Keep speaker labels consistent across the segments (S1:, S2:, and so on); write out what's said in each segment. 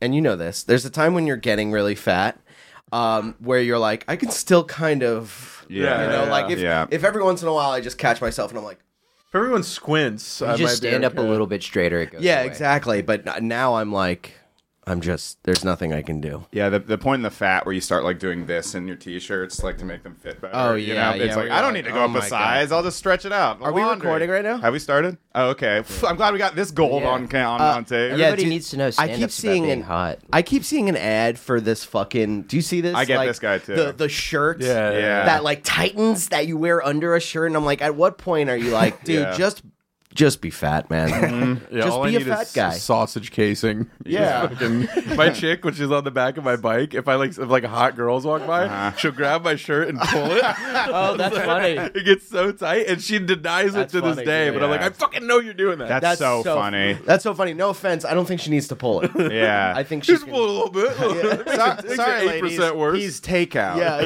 S1: and you know this, there's a time when you're getting really fat, um, where you're like, I can still kind of,
S2: Yeah.
S1: you know,
S2: Yeah.
S1: like if
S3: Yeah.
S1: if every once in a while I just catch myself and I'm like,
S2: If everyone squints, I
S4: You just
S2: might be
S4: stand up a
S2: okay.
S4: little bit straighter. It goes
S1: yeah,
S4: away.
S1: exactly. But n- now I'm like, I'm just there's nothing I can do.
S3: Yeah, the, the point in the fat where you start like doing this in your t-shirts, like to make them fit better.
S1: Oh,
S3: you
S1: yeah,
S3: know?
S1: yeah, where
S3: it's like
S1: you're
S3: I don't
S1: like,
S3: need to
S1: oh
S3: go up
S1: my
S3: a
S1: God.
S3: size. I'll just stretch it out.
S1: Are we
S3: Laundry.
S1: recording right now?
S3: Have we started? Oh, okay. Uh, I'm glad we got this gold on ca- on, on tape.
S4: Everybody
S1: dude,
S4: needs to know
S1: I
S4: stand
S1: keep
S4: ups about
S1: seeing
S4: being
S1: an
S4: hot.
S1: I keep seeing an ad for this fucking. Do you see this?
S3: I get
S1: Like,
S3: this guy, too.
S1: The the shirt.
S2: Yeah.
S3: Yeah.
S1: That like tightens that you wear under a shirt, and I'm like, at what point are you like, dude,
S3: Yeah. Mm-hmm.
S1: just just be fat, man.
S2: Yeah,
S1: Just
S2: all
S1: be a
S2: I need
S1: fat
S2: is
S1: guy.
S2: Sausage casing.
S3: Yeah.
S2: Just fucking- my chick, when she's on the back of my bike, if I like, if like hot girls walk by, she'll grab my shirt and pull it.
S4: Oh, that's funny.
S2: it gets so tight, and she denies
S4: That's
S2: it to
S4: funny,
S2: this day.
S4: dude.
S2: But I'm like,
S3: Yeah.
S2: I fucking know you're doing that.
S3: That's, so, funny.
S1: That's so funny. No offense. I don't think she needs to pull it.
S3: Yeah.
S1: I think she's.
S2: just pull it a little bit.
S3: So- sorry,
S2: eight
S3: ladies.
S2: percent worse.
S3: He's takeout.
S1: yeah,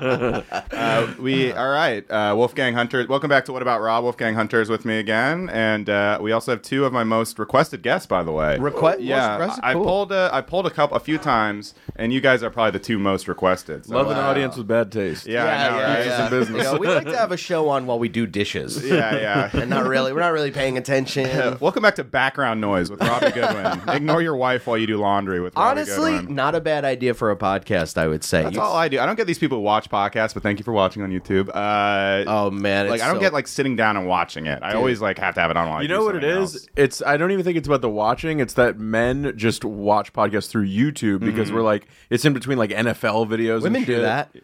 S1: yeah.
S3: Uh, we all right. Uh, Wolfgang Hunter, welcome back to What About Rob? Wolfgang Hunter is with me again, and uh, we also have two of my most requested guests, by the way.
S1: Request- most
S3: Yeah,
S1: requested?
S3: I, I
S1: Cool.
S3: pulled. Uh, I pulled a couple, a few times, and you guys are probably the two most requested. So,
S2: Love an
S3: uh,
S2: audience with bad taste.
S3: Yeah, I know, right?
S2: yeah. It's a business.
S1: You know, we like to have a show on while we do dishes.
S3: yeah, yeah.
S1: and uh, not really. We're not really paying attention.
S3: Welcome back to Background Noise with Robbie Goodwin. Ignore your wife while you do laundry with Robbie
S1: Honestly,
S3: Goodwin.
S1: not a bad idea for a podcast. I would say.
S3: That's
S1: You-
S3: all I do. I don't get these people who watch podcasts, but thank you for watching on YouTube. Uh,
S1: oh man,
S3: like
S1: it's
S3: I don't
S1: so-
S3: get like sitting down and watching it. I always like have to have it on. While I
S2: You
S3: do
S2: know what it
S3: something
S2: is?
S3: else.
S2: It's I don't even think it's about the watching. It's that men just watch podcasts through YouTube because we're like it's in between like NFL videos.
S1: women
S2: and
S1: do
S2: shit.
S1: that.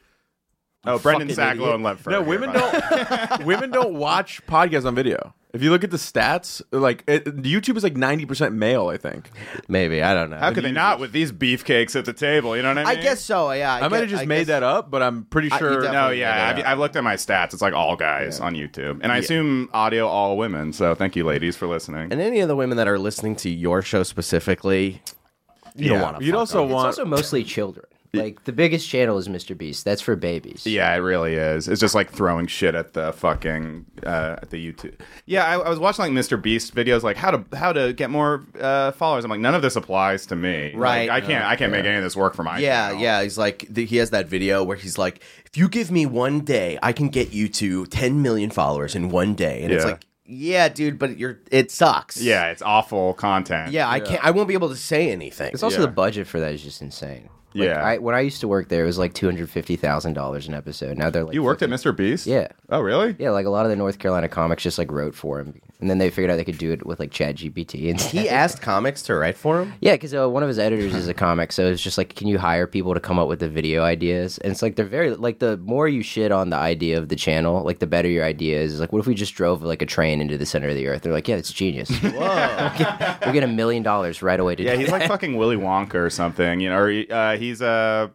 S3: Oh, Brendan
S2: fucking
S3: Sacklow
S2: idiot.
S3: and Left
S2: No, women don't. women don't watch podcasts on video. If you look at the stats, like it, YouTube is like ninety percent male. I think
S1: Maybe I don't know.
S3: How could they not with these beefcakes at the table? You know what I mean?
S1: I guess so. Yeah,
S2: I, might have just made that up, but I'm pretty
S1: you
S2: sure.
S1: definitely-
S3: No, yeah. I've, I've looked at my stats. It's like all guys on YouTube, and I assume audio all women. So thank you, ladies, for listening.
S1: And any of the women that are listening to your show specifically, you don't
S2: Yeah.
S1: want to.
S2: You'd also
S4: It's
S2: want
S4: also mostly children. Like the biggest channel is Mr. Beast. That's for babies.
S3: Yeah, it really is. It's just like throwing shit at the fucking uh, at the YouTube. Yeah, I, I was watching like Mr. Beast videos, like how to how to get more uh, followers. I'm like, none of this applies to me.
S1: Right.
S3: Like, I can't. I can't make any of this work for my.
S1: Yeah,
S3: channel.
S1: yeah. He's like, the, he has that video where he's like, if you give me one day, I can get you to 10 million followers in one day. And it's
S3: Yeah.
S1: like, yeah, dude, but you're, it sucks.
S3: Yeah, it's awful content.
S1: Yeah, I can't, I won't be able to say anything.
S4: It's also
S3: Yeah.
S4: the budget for that is just insane. Like,
S3: Yeah.
S4: I, when I used to work there, it was like two hundred fifty thousand dollars an episode. Now they're like
S3: You worked at Mr. Beast?
S4: Yeah.
S3: Oh, really?
S4: Yeah, like a lot of the North Carolina comics just like wrote for him, and then they figured out they could do it with like Chat GPT. And
S1: he asked comics to write for him.
S4: yeah, because uh, one of his editors is a comic, so it's just like, can you hire people to come up with the video ideas? And it's like they're very like the more you shit on the idea of the channel, like the better your idea is. It's like, what if we just drove like a train into the center of the earth? They're like, yeah, it's genius. Whoa, we'll get a million dollars right away to
S3: Yeah,
S4: do
S3: he's like fucking Willy Wonka or something, you know. Or he- uh, he's Uh,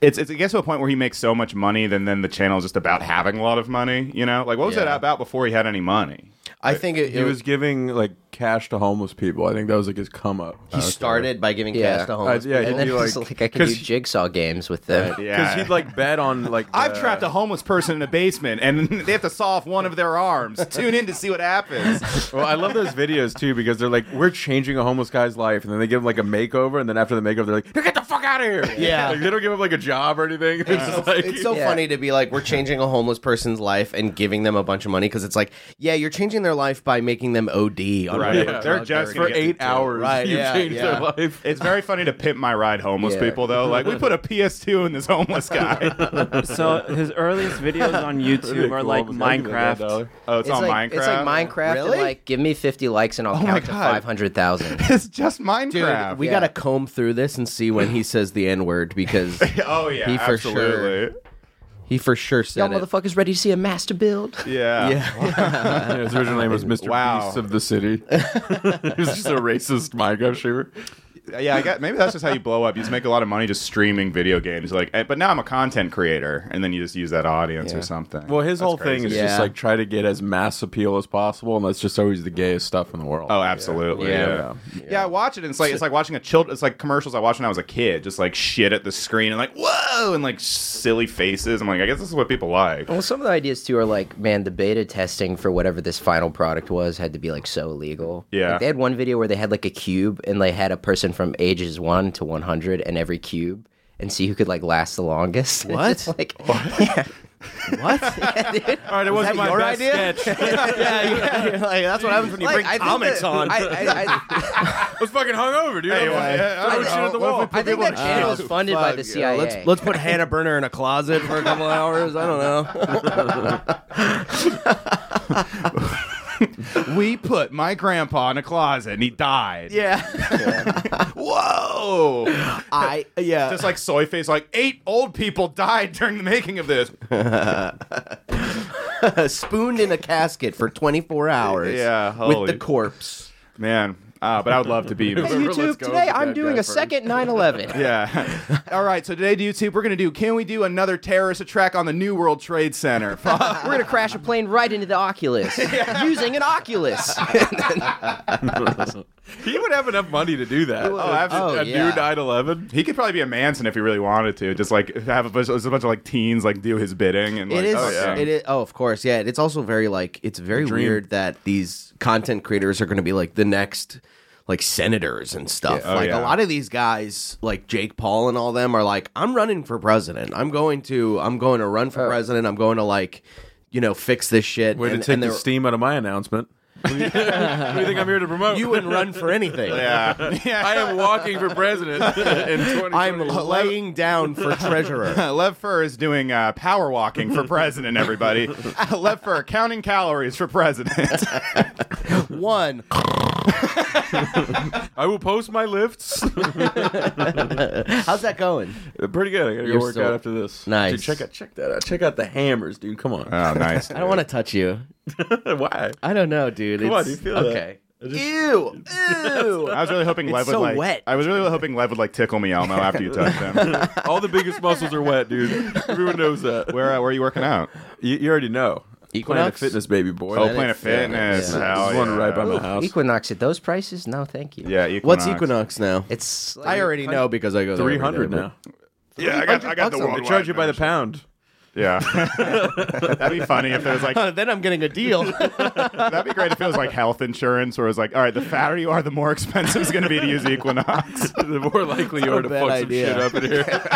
S3: it's, it's it gets to a point where he makes so much money, then then the channel's just about having a lot of money, you know. Like what was it about before he had any money?
S1: I think it,
S2: he
S1: it-
S2: was giving like cash to homeless people. I think that was like his come up.
S1: he started by giving
S4: Yeah.
S1: cash to homeless
S2: Uh, yeah,
S4: And then
S2: You'd be
S4: it's
S2: like-
S4: like I can do
S2: 'cause-
S4: jigsaw games with them.
S3: Yeah. Uh.
S2: because Uh, he'd like bet on like
S3: I've
S2: the-
S3: trapped a homeless person in a basement, and they have to solve one of their arms. Tune in to see what happens.
S2: Well, I love those videos too because they're like, we're changing a homeless guy's life, and then they give him like a makeover, and then after the makeover, they're like, "Now get the fuck out of here.
S1: Yeah.
S2: like, they don't give him like a job or anything. They're just like,
S1: It's so
S4: Yeah.
S1: funny to be like, we're changing a homeless person's life and giving them a bunch of money because it's like, yeah, you're changing their life by making them OD. On
S3: Right.
S1: whatever
S3: Yeah.
S1: drug
S3: They're just
S1: gonna
S2: for
S3: get
S2: eight
S3: to-
S2: hours,
S1: Right,
S2: you
S1: yeah,
S2: changed
S1: yeah.
S2: their life.
S3: It's very funny to pimp my ride, homeless
S4: Yeah.
S3: people though. Like we put a PS2 in this homeless guy.
S5: So his earliest videos on YouTube are like Minecraft.
S3: Oh, it's,
S4: It's
S3: on
S4: like,
S3: Minecraft.
S4: It's like Minecraft.
S1: Really?
S4: And like, give me 50 likes and I'll
S3: my
S4: count to
S3: God.
S4: 500,000.
S3: It's just Minecraft.
S1: Dude, we
S4: Yeah.
S1: gotta comb through this and see when he says the N word because
S3: Oh yeah,
S1: He for sure
S3: absolutely.
S1: he for sure said
S4: Y'all
S1: it.
S4: motherfuckers ready to see a master build?
S3: Yeah.
S2: His original name was Mr.
S3: Wow.
S2: Beast of the City. he was just a racist Minecraft streamer.
S3: yeah, I got maybe that's just how you blow up. You just make a lot of money just streaming video games. Like, eh, but now I'm a content creator, and then you just use that audience or something.
S2: Well, his
S3: That's
S2: whole
S3: crazy.
S2: thing is
S1: Yeah.
S2: just like try to get as mass appeal as possible, and that's just always the gayest stuff in the world.
S3: Oh, absolutely.
S4: Yeah.
S3: Yeah. Yeah. I watch it and it's like it's like watching a child it's like commercials I watched when I was a kid, just like shit at the screen and like whoa and like silly faces. I'm like, I guess this is what people like.
S4: Well, some of the ideas too are like, man, the beta testing for whatever this final product was had to be like so illegal.
S3: Yeah.
S4: Like, they had one video where they had like a cube and they had a person from ages one to 100 in every cube and see who could like last the longest. What? it's just like, Yeah. Yeah, dude.
S2: All right, it wasn't
S1: that
S2: my
S1: your
S2: best
S1: idea?
S2: sketch.
S6: yeah, yeah, yeah, like, that's what happens when you
S1: Like,
S6: bring
S1: I think
S6: comics
S1: that-
S6: on.
S1: I, I, I,
S2: I was fucking hungover, dude. I,
S3: Anyway,
S2: I, I,
S3: I
S2: was shit at the wall.
S4: I think that channel is funded by the CIA.
S6: let's let's put Hannah Burner in a closet for a couple hours. I don't
S3: we put my grandpa in a closet and he died.
S1: yeah,
S3: Whoa.
S1: I yeah.
S3: Just like soy face, like eight old people died during the making of this.
S1: spooned in a casket for 24 hours.
S3: Yeah,
S1: with
S3: holy-
S1: the corpse.
S3: Man. Uh, but I would love to be
S2: Hey, Let's go with that guy first.
S4: 9/11.
S3: Yeah. All right. So today, YouTube, we're gonna do. Can we do another terrorist attack on the New World Trade Center?
S4: We're gonna crash a plane right into the Oculus using an Oculus.
S6: know.
S2: He would have enough money to do that.
S3: Oh, after-
S4: Oh,
S2: a
S4: yeah.
S2: new 911.
S3: He could probably be a Manson if he really wanted to. Just like have a bunch, there's a bunch of like teens like do his bidding and like,
S1: It is.
S3: oh, yeah.
S1: It is. Oh, of course. Yeah. It's also very like. It's very
S2: Dream.
S1: weird that these content creators are going to be like the next like senators and stuff.
S3: Yeah. Oh,
S1: like
S3: yeah.
S1: a lot of these guys, like Jake Paul and all them, are like, I'm running for president. I'm going to. I'm going to run
S6: Oh.
S1: for president. I'm going to like, you know, fix this shit.
S2: Way
S1: and,
S2: to take
S1: and
S2: the
S1: they're-
S2: steam out of my announcement. Who do you think I'm here to promote?
S1: You wouldn't run for anything.
S3: Yeah. yeah.
S2: I am walking for president in 2020.
S1: I'm laying down for treasurer.
S3: Lev Fur is doing uh, power walking for president, everybody. Lev Fur counting calories for president.
S1: One.
S2: I will post my lifts.
S1: How's that going?
S2: Pretty good. I gotta
S1: You're
S2: go work
S1: still-
S2: out after this.
S1: Nice.
S2: Dude, check out check that out. Check out the hammers, dude. Come on.
S3: oh, nice.
S1: I don't want to touch you.
S2: Why?
S1: I don't know, dude.
S2: Come on,
S1: It's-
S2: you feel that?
S1: okay. Ew. Ew.
S3: I was really hoping Lev would
S1: so
S3: like.
S1: wet.
S3: I was really hoping Lev would like tickle me Elmo after you touch him.
S2: All the biggest muscles are wet, dude. Everyone knows that.
S3: where uh, where are you working out?
S2: You, you already know. Planet
S1: Equinox?
S2: Fitness, baby boy.
S3: Oh,
S2: That-
S3: Planet Fitness.
S4: yeah.
S3: Hell
S2: There's one
S3: yeah.
S2: right by my house.
S4: Equinox at those prices? No, thank you.
S3: Yeah, Equinox.
S1: What's Equinox now?
S4: It's like,
S1: I already know because I go there every
S2: Three hundred
S1: day,
S2: now.
S3: Yeah, I got, I got the
S2: They
S3: worldwide.
S2: charge you by the
S3: membership.
S2: pound.
S3: Yeah, that'd be funny if there was like
S1: but- then I'm getting a deal.
S3: That'd be great if it was like health insurance, where it was like, all right, the fatter you are, the more expensive it's going to be to use Equinox.
S2: the more likely you
S1: Not
S2: are
S1: a
S2: to
S1: bad
S2: fuck
S1: idea.
S2: some shit up in here.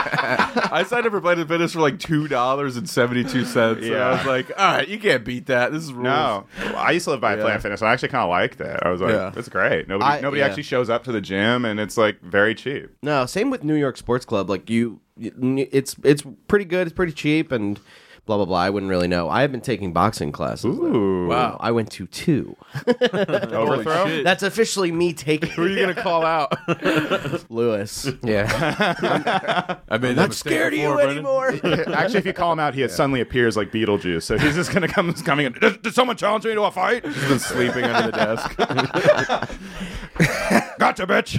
S2: I signed up for Planet Fitness for like two dollars and seventy two cents. And I
S3: Yeah.
S2: was like, all right, you can't beat that. This is rules.
S3: No, I used to live by Planet Fitness. I actually kind of liked that. I was like,
S2: Yeah.
S3: that's great. Nobody,
S1: I-
S3: nobody
S1: yeah.
S3: actually shows up to the gym, and it's like very cheap.
S1: no, same with New York Sports Club. Like you, it's it's pretty good. It's pretty cheap and blah blah blah. I wouldn't really know. I have been taking boxing classes.
S3: Ooh,
S1: Wow, I went to two.
S3: overthrow.
S2: shit.
S1: That's officially me
S2: Who
S1: taking
S2: are you gonna call out?
S1: Lewis.
S4: Yeah.
S2: I made
S1: Not scared of you anymore.
S3: actually, if you call him out, he suddenly appears like Beetlejuice. So he's just going to come coming in. Did, did someone challenge me to a fight?
S2: He's been sleeping under the desk.
S3: Gotcha, bitch.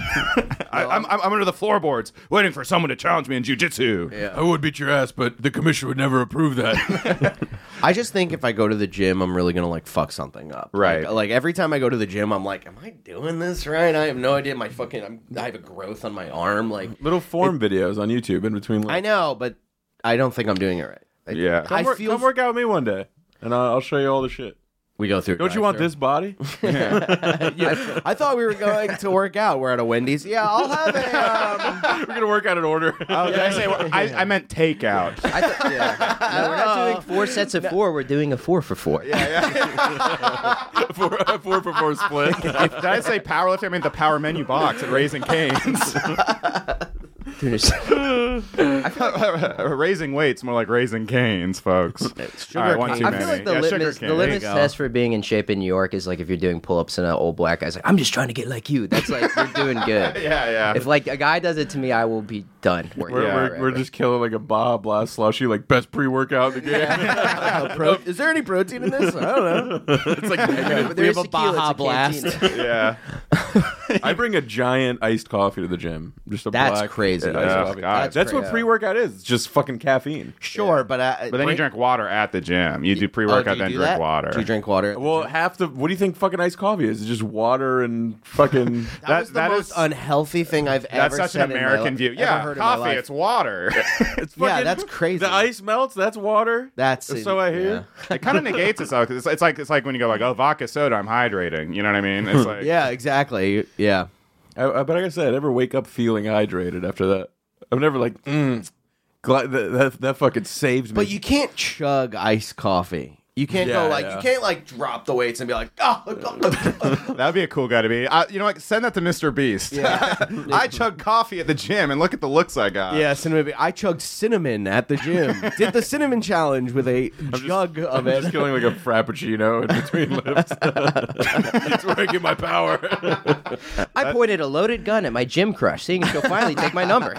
S3: I, I'm, I'm I'm under the floorboards, waiting for someone to challenge me in jujitsu. Yeah.
S2: I would beat your ass, but the commissioner would never approve that.
S1: I just think if I go to the gym, I'm really gonna like fuck something up.
S3: Right.
S1: Like, like, every time I go to the gym, I'm like, am I doing this right? I have no idea. My fucking, I'm, I have a growth on my arm. Like,
S2: Little form videos on YouTube in between. Like,
S1: I know, but I don't think I'm doing it right. I-
S3: Yeah.
S2: Come,
S1: I
S2: work,
S1: feel-
S2: come work out with me one day, and I'll, I'll show you all the shit.
S1: We go through.
S2: Don't you want this body?
S1: Yeah. I thought we were going to work out. We're at a Wendy's. Yeah, I'll have it.
S2: We're gonna work out an order.
S3: Oh, did I say? I, I meant takeout.
S4: I th- yeah. No, we're not doing four sets of four. We're doing a four for four.
S2: four, uh, four for four split.
S3: If- did I say powerlifting? I meant the power menu box at Raising Canes.
S4: Dude, it's-
S3: uh, raising weights, more like Raising Canes, folks. Sugar All right, one
S1: cane.
S3: too
S1: I
S4: I
S3: many.
S4: feel like the
S3: Yeah, sugar
S4: litmus,
S3: cane.
S4: the
S3: There you
S4: litmus
S3: go.
S4: test for being in shape in New York is like if you're doing pull ups and an old black guy's like, I'm just trying to get like you. That's like, you're doing good.
S3: Yeah, yeah.
S4: If like a guy does it to me, I will be done. working
S2: We're,
S4: out
S2: we're,
S4: forever.
S2: we're just killing like a Bob last slushy, like best pre workout in the game.
S1: Is there any protein in this? I don't know.
S2: it's like negative.
S4: But there
S1: we
S4: is
S1: have a
S4: tequila,
S1: Baja
S4: it's a
S1: Blast.
S4: cantina.
S3: yeah.
S2: I bring a giant iced coffee to the gym. Just a
S1: That's
S2: black,
S1: crazy.
S2: iced
S1: Yeah,
S2: coffee.
S3: God.
S2: That's,
S3: That's
S2: what
S1: crazy.
S2: pre workout is. It's just fucking caffeine.
S1: Sure, but uh,
S3: But then you drink water at the gym. You do pre workout, then drink water.
S1: oh, Do you drink water?
S2: Well, half the what do you think fucking iced coffee is? It's just water and fucking.
S1: that,
S3: that-
S1: was the
S3: that
S1: most
S3: is-
S1: unhealthy thing I've ever.
S3: That's such an
S1: said in my
S3: American
S1: li-
S3: view.
S1: ever
S3: Yeah,
S1: heard in my
S3: coffee.
S1: life.
S3: It's water.
S2: it's
S1: yeah,
S2: fucking,
S1: that's crazy.
S2: The ice melts. That's water.
S1: That's
S2: Or so I hear.
S3: it kind of negates itself. It's, it's like it's like when you go like, oh, vodka soda. I'm hydrating. You know what I mean? It's like
S1: Yeah. yeah, exactly. Yeah.
S2: I, I, but like I said, I never wake up feeling hydrated after that. I'm never like, mm, glad that, that that fucking saves me.
S1: But you can't chug iced coffee. You can't
S2: Yeah,
S1: go like
S2: yeah.
S1: you can't like drop the weights and be like oh.
S3: that'd be a cool guy to be. I, you know, like send that to Mr. Beast. I chug coffee at the gym and look at the looks I got.
S1: yeah, cinnamon. ba- I chugged cinnamon at the gym. Did the cinnamon challenge with a jug of
S2: I'm just
S1: it.
S2: feeling like a frappuccino in between lifts. it's where I get my power.
S4: I pointed a loaded gun at my gym crush, seeing if she'll finally take my number.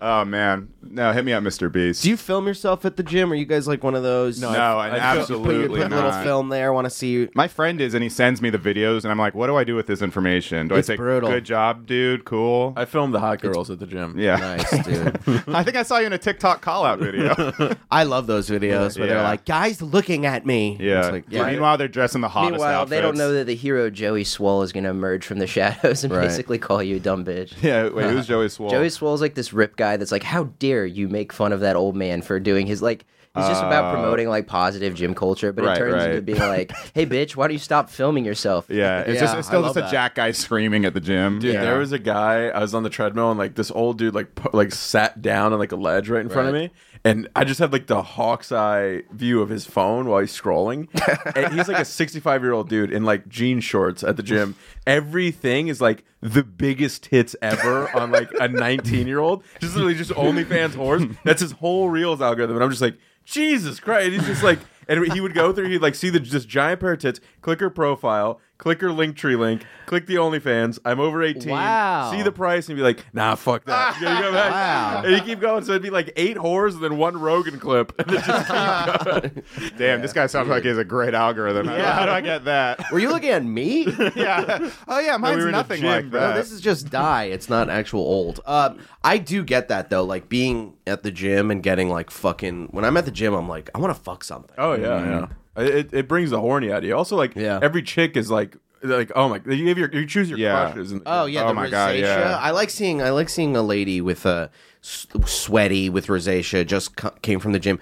S3: Oh man, no, hit me up, Mr. Beast.
S1: Do you film yourself at the gym? Are you guys like one of those?
S3: no, and
S2: I- I
S1: put, you
S3: absolutely
S1: put a little
S3: not.
S1: film there. Want to see you?
S3: My friend is, and he sends me the videos, and I'm like, what do I do with this information? Do
S1: It's
S3: I say,
S1: brutal.
S3: good job, dude, cool?
S2: I filmed the hot girls at the gym.
S3: yeah.
S1: Nice, dude.
S3: I think I saw you in a TikTok call out video.
S1: I love those videos where
S3: Yeah.
S1: they're like, guys looking at me.
S3: yeah.
S1: It's like,
S3: yeah. Meanwhile, they're dressing the hottest
S4: Meanwhile,
S3: outfits.
S4: they don't know that the hero Joey Swole is going to emerge from the shadows and
S1: Right.
S4: basically call you a dumb bitch.
S3: Yeah, wait, who's Joey Swole?
S4: Joey Swole's like this rip guy that's like, how dare you make fun of that old man for doing his like. He's just about promoting like positive gym culture, but
S3: Uh, Right,
S4: it turns
S3: right.
S4: into being like, "Hey, bitch, why don't you stop filming yourself?"
S3: Yeah, it's
S1: Yeah,
S3: just it's
S1: I
S3: still
S1: love
S3: just a
S1: that.
S3: jack guy screaming at the gym.
S2: Dude,
S3: yeah.
S2: there was a guy. I was on the treadmill and like this old dude like pu- like sat down on like a ledge right in front of me, and I just had like the hawk's eye view of his phone while he's scrolling. and he's like a sixty five year old dude in like jean shorts at the gym. Everything is like the biggest hits ever on like a nineteen year old. Just literally just OnlyFans whores. That's his whole reels algorithm, and I'm just like Jesus Christ. He's just like. And he would go through, he'd like see the this giant pair of tits, click her profile, click her link tree link, click the OnlyFans. I'm over 18.
S1: Wow.
S2: See the price and be like, nah, fuck that. You gotta go back.
S1: Wow.
S2: And you keep going. So it'd be like eight whores and then one Rogan clip. And then just keep going.
S3: Damn, this guy sounds like he has a great algorithm. How do- How do I get that?
S1: Were you looking at me?
S3: yeah. Oh yeah, mine's
S2: were in a
S3: nothing
S2: gym,
S3: like
S2: bro.
S3: that.
S1: No, Oh, this is just die. It's not actual old. Uh, I do get that though. Like being at the gym and getting like fucking. When I'm at the gym, I'm like, I want to fuck something.
S2: oh, yeah, yeah. It, it brings the horny out of you. Also, like,
S1: Yeah.
S2: every chick is like, like oh my, you, have your, you choose your
S3: Yeah.
S2: crushes. And,
S1: Oh yeah,
S3: Oh
S1: the
S3: my
S1: rosacea.
S3: God, yeah.
S1: I like seeing I like seeing a lady with a s- sweaty with rosacea just c- came from the gym.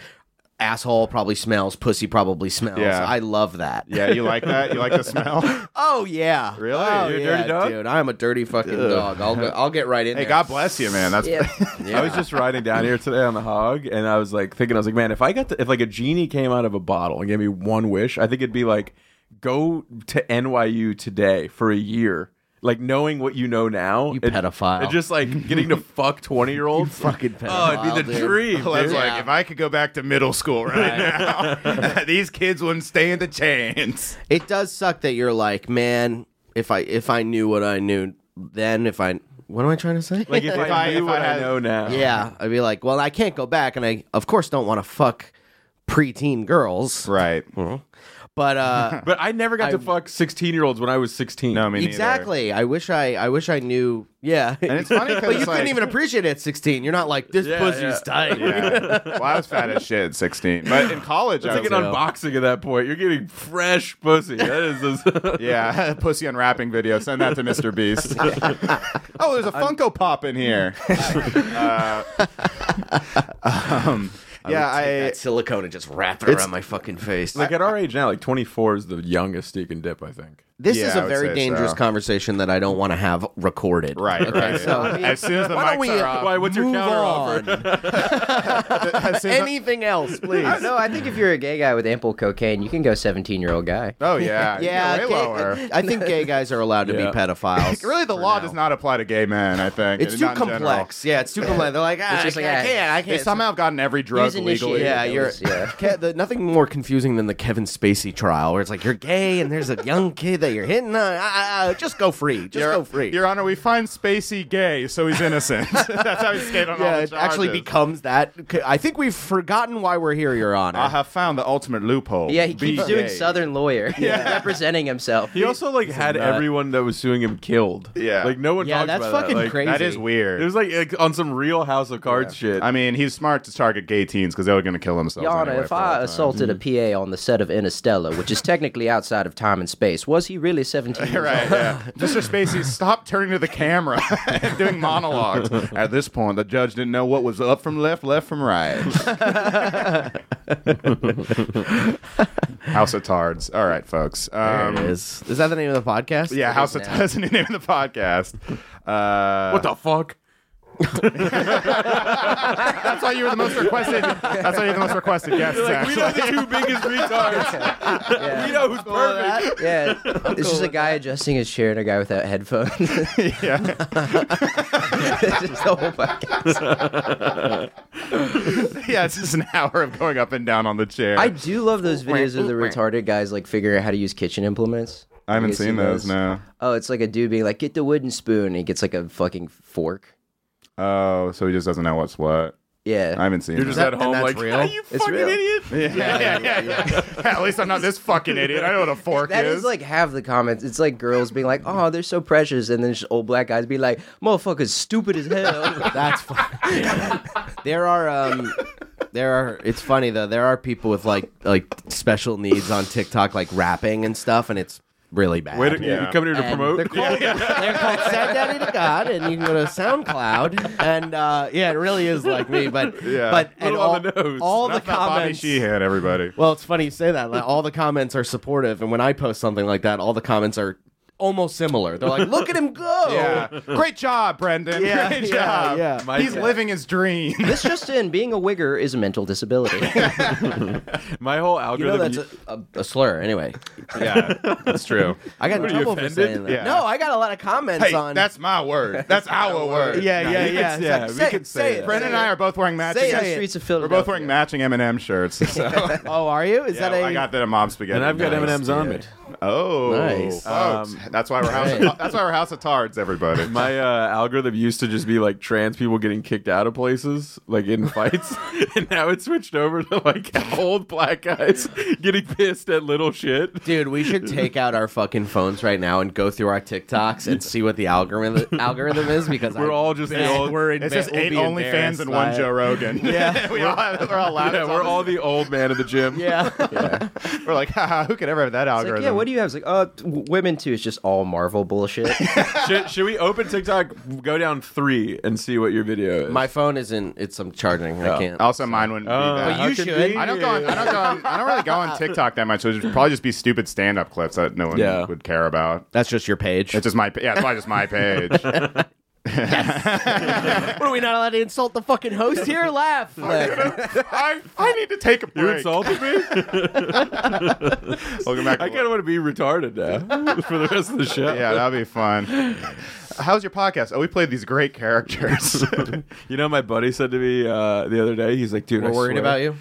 S1: Asshole probably smells. Pussy probably smells.
S3: Yeah.
S1: I love that.
S3: yeah, you like that? You like the smell?
S1: Oh yeah.
S3: Really?
S1: Oh,
S3: You're a
S1: yeah,
S2: dirty dog?
S1: dude. I'm a dirty fucking dog. I'll go, I'll get right in
S3: hey,
S1: there.
S3: God bless you, man. That's
S4: Yeah.
S2: I was just riding down here today on the hog, and I was like thinking, I was like, man, if I got the, if like a genie came out of a bottle and gave me one wish, I think it'd be like, go to NYU today for a year. Like knowing what you know now,
S1: You
S2: and-
S1: pedophile.
S2: and just like getting to fuck twenty year olds, fucking pedophile. Oh, it'd be the
S1: dude.
S2: dream.
S3: Well, that's
S2: dude.
S3: like if I could go back to middle school right now, these kids wouldn't stand a chance.
S1: It does suck that you're like, man. If I if I knew what I knew then, if I what am I trying to say?
S2: Like, if,
S3: if
S2: I
S3: I-
S2: knew
S3: if
S2: what
S3: I
S2: I,
S3: had-
S2: know now,
S1: yeah, I'd be like, well, I can't go back, and I of course don't want to fuck preteen girls,
S3: Right.
S1: but uh,
S2: But I never got to fuck sixteen year olds when I was sixteen.
S3: No, I mean
S1: exactly. I wish I I wish I knew. Yeah,
S3: And it's funny
S1: but
S3: because
S1: you couldn't even appreciate it at 16. You're not like this
S2: Yeah,
S1: pussy's
S2: yeah.
S1: tight.
S3: Yeah. Well, I was fat as shit at 16, but in college
S2: it's
S3: I
S2: like
S3: was
S2: an unboxing at that point. You're getting fresh pussy. That is. Just
S3: Yeah, pussy unwrapping video. Send that to Mr. Beast. oh, there's a Funko Pop in here. Uh, um, yeah, I.
S1: That silicone and just wrap it around my fucking face.
S2: Like at our age now, like 24 is the youngest you can dip, I think.
S1: this
S3: Yeah,
S1: is
S3: I
S1: a
S3: would
S1: very
S3: say
S1: dangerous
S3: so.
S1: conversation that I don't want to have recorded.
S3: Right, right.
S1: so-
S3: as soon as the
S1: Why don't
S3: mics
S1: we?
S3: are off,
S2: Why, what's your
S1: move
S2: counter
S1: on?
S3: as soon as the-
S1: Anything else, please?
S4: no, I think if you're a gay guy with ample cocaine, you can go 17 year old guy.
S3: oh yeah,
S1: Yeah,
S3: way
S1: gay-
S3: lower.
S1: I think gay guys are allowed to
S2: Yeah.
S1: be pedophiles.
S3: really, the law does not apply to gay men. I think
S1: It's too
S3: Not in general.
S1: complex. Yeah, it's too complex. They're like, ah,
S4: It's just
S1: I, can't,
S4: like,
S1: I
S4: ah,
S1: can't, I
S3: They
S1: can't.
S3: somehow have gotten every drug
S4: He was
S3: legally.
S4: initiated.
S1: yeah,
S4: It
S1: you're
S4: was- yeah.
S1: Ke- the, nothing more confusing than the Kevin Spacey trial, where it's like you're gay and there's a young kid. that you're hitting on. Uh, uh, just go free. Just
S3: Your,
S1: go free.
S3: Your Honor, we find Spacey gay, so he's innocent. That's how he skated on
S1: yeah,
S3: all the
S1: it actually
S3: charges.
S1: becomes that. I think we've forgotten why we're here, Your Honor.
S3: I have found the ultimate loophole.
S4: Yeah, he
S3: Be
S4: keeps doing
S3: gay.
S4: Southern lawyer, representing himself.
S2: He also like had everyone that was suing him killed.
S3: Yeah.
S2: like no one. talks
S4: Yeah, that's
S2: about
S4: fucking
S2: that. Like,
S4: crazy.
S3: That is
S2: It
S3: weird.
S2: was like, like on some Real House of Cards shit.
S3: I mean, he's smart to target gay teens because they were going to kill themselves.
S4: Yana,
S3: anyway
S4: if
S3: for all
S4: I
S3: time. Hmm.
S4: assaulted a PA on the set of Interstellar, which is technically outside of time and space, was he really 17 years
S3: Right, yeah. Mr. Spacey, stop turning to the camera and doing monologues. At this point, the judge didn't know what was up from left, left from right. House of Tards. All right, folks. Um,
S1: There it is. Is that the name of the podcast?
S3: Yeah, House of Tards is the name of the podcast. Uh,
S2: what the fuck?
S3: that's why you were the most requested. That's why you're the most requested guest.
S2: Like, we know the two biggest retards. We know who's perfect.
S4: Yeah, it's just a guy adjusting his chair and a guy without headphones.
S3: yeah.
S4: It's just the whole podcast.
S3: yeah, it's just an hour of going up and down on the chair.
S4: I do love those videos of the retarded guys like figuring out how to use kitchen implements.
S3: I haven't
S4: Have you
S3: seen those, no.
S4: Oh, it's like a dude being like, "Get the wooden spoon," and he gets like a fucking fork.
S3: Oh, so he just doesn't know what's what.
S4: Yeah,
S3: I haven't seen
S2: You're
S3: those.
S2: just at
S1: and
S2: home
S1: that's
S2: like,
S1: real?
S2: "Are you
S4: It's
S2: fucking
S4: real.
S2: idiot?
S3: Yeah, yeah, yeah, At least I'm not this fucking idiot. I know what a fork
S4: That is like half the comments. It's like girls being like, "Oh, they're so precious," and then just old black guys be like, "Motherfuckers, stupid as hell."
S1: That's funny. there are um there are it's funny though. There are people with like like special needs on TikTok like rapping and stuff and it's really bad.
S2: Wait,
S3: Yeah.
S2: you coming here to
S1: And
S2: promote?
S1: They're called, they're called Sad Daddy to God, and you can go to SoundCloud, and uh, yeah, it really is like me, but
S3: Yeah.
S1: but and
S2: Little
S1: all,
S2: on the nose.
S1: all the
S3: Not that Bobby
S1: comments.
S3: Sheehan, everybody.
S1: Well, it's funny you say that. Like, all the comments are supportive, and when I post something like that, all the comments are almost similar. They're like, "Look at him go!"
S3: Great job, Brendan.
S1: Yeah,
S3: Great
S1: yeah,
S3: job.
S1: yeah.
S2: My
S3: He's
S2: God.
S3: living his dream.
S4: this just in: being a wigger is a mental disability.
S2: My whole
S1: You know
S2: algorithm.
S1: that's a, a, a slur. Anyway,
S3: yeah, that's true.
S1: I got in
S2: What, are you
S1: trouble for
S2: offended?
S1: saying that.
S3: Yeah.
S1: No, I got a lot of comments
S3: Hey,
S1: on.
S3: that's my word. That's our word.
S1: yeah, yeah,
S2: you
S1: yeah.
S2: could-
S1: It's
S2: yeah,
S1: like,
S2: we
S1: say,
S2: could
S1: say
S2: say
S1: it.
S2: that.
S1: Brendan
S3: Brendan and I are both wearing matching.
S1: Say
S4: the
S1: it.
S4: streets of
S3: We're
S4: Philadelphia.
S3: both wearing matching M&M shirts. So. yeah,
S1: Oh, are you? Is that a?
S3: I got that at Mom's Spaghetti.
S2: and I've got
S3: Nice.
S2: M&M's on me.
S3: Oh,
S1: Nice.
S3: folks.
S2: Um,
S3: that's why we're house. Of, that's why we're House of Tards, everybody.
S2: My uh, algorithm used to just be like trans people getting kicked out of places, like in fights, and now it switched over to like old black guys getting pissed at little shit.
S1: Dude, we should take out our fucking phones right now and go through our TikToks and see what the algorithm algorithm is because
S2: We're
S1: I
S2: all just the old.
S1: we're in
S3: it's just eight OnlyFans and one Joe Rogan. Yeah, we all have, we're all
S2: yeah,
S3: laughing.
S2: we're all the old man of the gym.
S1: Yeah.
S3: We're like, haha, who could ever have that
S4: It's
S3: algorithm?
S4: like, yeah, what do you have? It's like, uh, t- women too. It's just all Marvel bullshit.
S2: should, should we open TikTok? Go down three and see what your video is.
S1: My phone isn't it's I'm charging. I can't.
S3: also, mine wouldn't be that.
S2: how
S1: you should.
S3: I don't go on, I don't go on, I don't really go on TikTok that much. So it would probably just be stupid stand up clips that no one
S2: Yeah.
S3: would care about.
S1: That's just your page.
S3: It's just my yeah, it's probably just my page.
S1: What, are we not allowed to insult the fucking host here? Laugh. Like,
S3: I, I need to take a
S2: You
S3: break.
S2: insulted me.
S3: Welcome back.
S2: I kind of want to be retarded now for the rest of the show.
S3: yeah, that'd be fun. How's your podcast? Oh, we played these great characters.
S2: You know, my buddy said to me uh, the other day, he's like, dude,
S1: we're
S2: I
S1: worried
S2: swear-
S1: about you.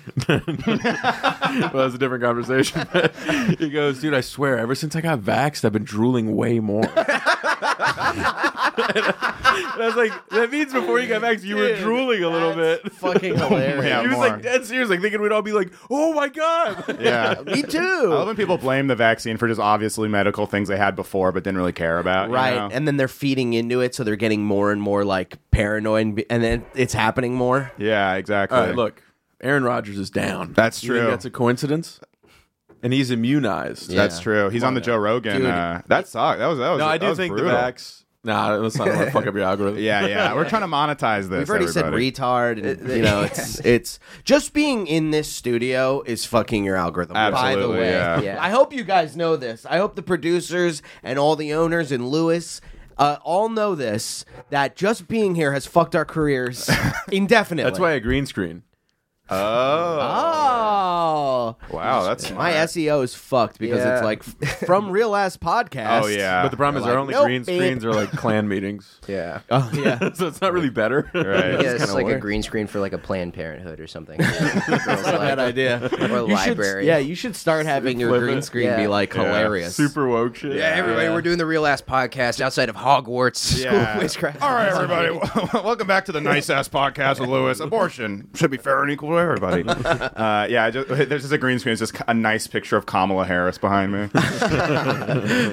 S2: well, that's a different conversation. But he goes, dude, I swear, ever since I got vaxxed, I've been drooling way more. and I was like, that means before you got vaxxed, you were drooling a little bit.
S1: Fucking hilarious.
S3: Yeah,
S2: he was
S3: more.
S2: like dead serious, like thinking we'd all be like, "Oh my god!"
S3: yeah.
S1: Me too.
S3: I love when people blame the vaccine for just obviously medical things they had before but didn't really care about. you
S1: Right,
S3: know?
S1: and then they're feeding into it, so they're getting more and more like paranoid, and be- and then it's happening more.
S3: yeah, exactly.
S2: All
S4: Uh,
S2: right, look, Aaron Rodgers is down.
S3: That's
S2: You think
S3: true.
S2: that's a coincidence, and he's immunized.
S3: That's
S4: Yeah.
S3: true. He's on the Joe Rogan.
S1: Dude.
S3: uh, that sucked. That was that was.
S2: No, I
S3: that
S2: do
S3: was
S2: think
S3: brutal.
S2: the vax. Nah, that's not going to fuck up your algorithm.
S3: Yeah, yeah. We're trying to monetize this.
S1: We've already
S3: everybody. Uh,
S1: said retard. And, you know, it's it's just being in this studio is fucking your algorithm. by
S3: Absolutely,
S1: the way,
S3: yeah.
S4: Yeah.
S1: I hope you guys know this. I hope the producers and all the owners and Lewis. Uh, all know this that just being here has fucked our careers indefinitely.
S2: that's why a green screen.
S3: Oh.
S1: Oh, all.
S3: Wow, that's
S1: My SEO is fucked because it's
S2: Yeah.
S1: like f- from real ass podcast.
S3: Oh yeah,
S2: But the problem is
S1: Like,
S2: our only
S1: nope,
S2: green
S1: babe.
S2: screens are like clan meetings,
S4: Yeah.
S1: Oh yeah.
S2: so it's not really better.
S3: Right.
S4: Yeah, it's
S1: kinda
S4: like a
S1: weird.
S4: green screen for like a Planned Parenthood or something. Girls like-
S1: Bad idea.
S4: or a
S1: You should-
S4: library.
S1: yeah, you should start having your
S2: Flip it.
S1: green screen
S4: Yeah.
S1: be like
S3: Yeah.
S1: hilarious.
S2: Super woke shit.
S4: Yeah, everybody, we're doing the real ass podcast outside of Hogwarts School
S3: Yeah.
S4: of Witchcraft.
S3: All right, everybody. Welcome back to the Nice Ass Podcast with Lewis. Abortion should be fair and equal to everybody. Uh, yeah, I just, there's just a green screen. It's just a nice picture of Kamala Harris behind me.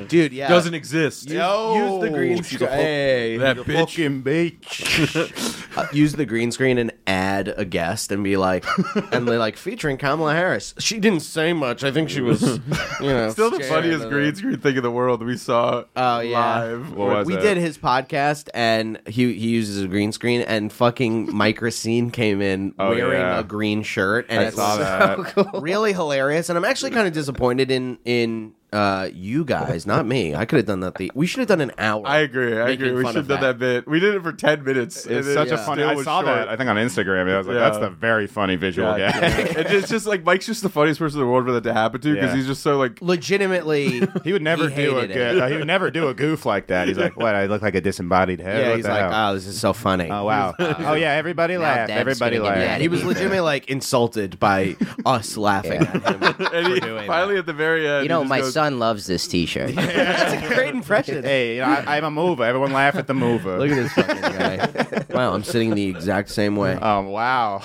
S1: dude. Yeah,
S2: Doesn't exist.
S1: use, use the green screen. Hey.
S2: That bitch.
S3: Fucking bitch.
S1: Uh, use the green screen and add a guest and be like, and they're like featuring Kamala Harris. She didn't say much. I think she was, you know,
S2: Still the
S1: scared
S2: funniest
S1: of
S2: green screen thing in the world we saw
S1: Oh, yeah.
S2: live.
S3: What was
S1: we
S3: it?
S1: did his podcast and he he uses a green screen and fucking Mike Racine came in
S3: Oh,
S1: wearing
S3: yeah.
S1: a green shirt and
S3: I
S1: it's
S3: saw that.
S1: really hilarious and I'm actually kind of disappointed in in uh you guys not me I could have done that the we should have done an hour
S2: I agree. I
S1: Making
S2: agree. We
S1: fun
S2: should
S1: of
S2: have done
S1: that.
S2: that. bit. We did it for ten minutes. and
S3: It's
S2: it
S3: such a
S2: still
S3: funny. I
S2: was
S3: saw
S2: short.
S3: that. I think on Instagram. I was like,
S2: Yeah.
S3: "That's the very funny visual
S2: Yeah,
S3: gag."
S2: yeah. And it's just like Mike's just the funniest person in the world for that to happen to because
S3: Yeah.
S2: he's just so like
S1: legitimately
S3: He would never do a
S1: hated
S3: good. he would never do a goof like that. He's like, "What? I look like a disembodied head."
S1: yeah
S3: What
S1: he's
S3: the
S1: like
S3: hell?"
S1: oh this is so funny
S3: Oh wow! oh yeah! Everybody laughed.
S4: Dad's
S3: Everybody
S4: gonna get
S1: yeah
S4: mad.
S3: laughed.
S1: he was legitimately like insulted by us laughing at him
S2: and he, finally at the very end.
S4: You
S2: he
S4: know,
S2: just
S4: my
S2: goes,
S4: son loves this T-shirt.
S1: that's a great impression
S3: Hey, you know, I, I'm a mover. Everyone laugh at the mover.
S1: look at this fucking guy wow I'm sitting the exact same way
S3: Um, wow.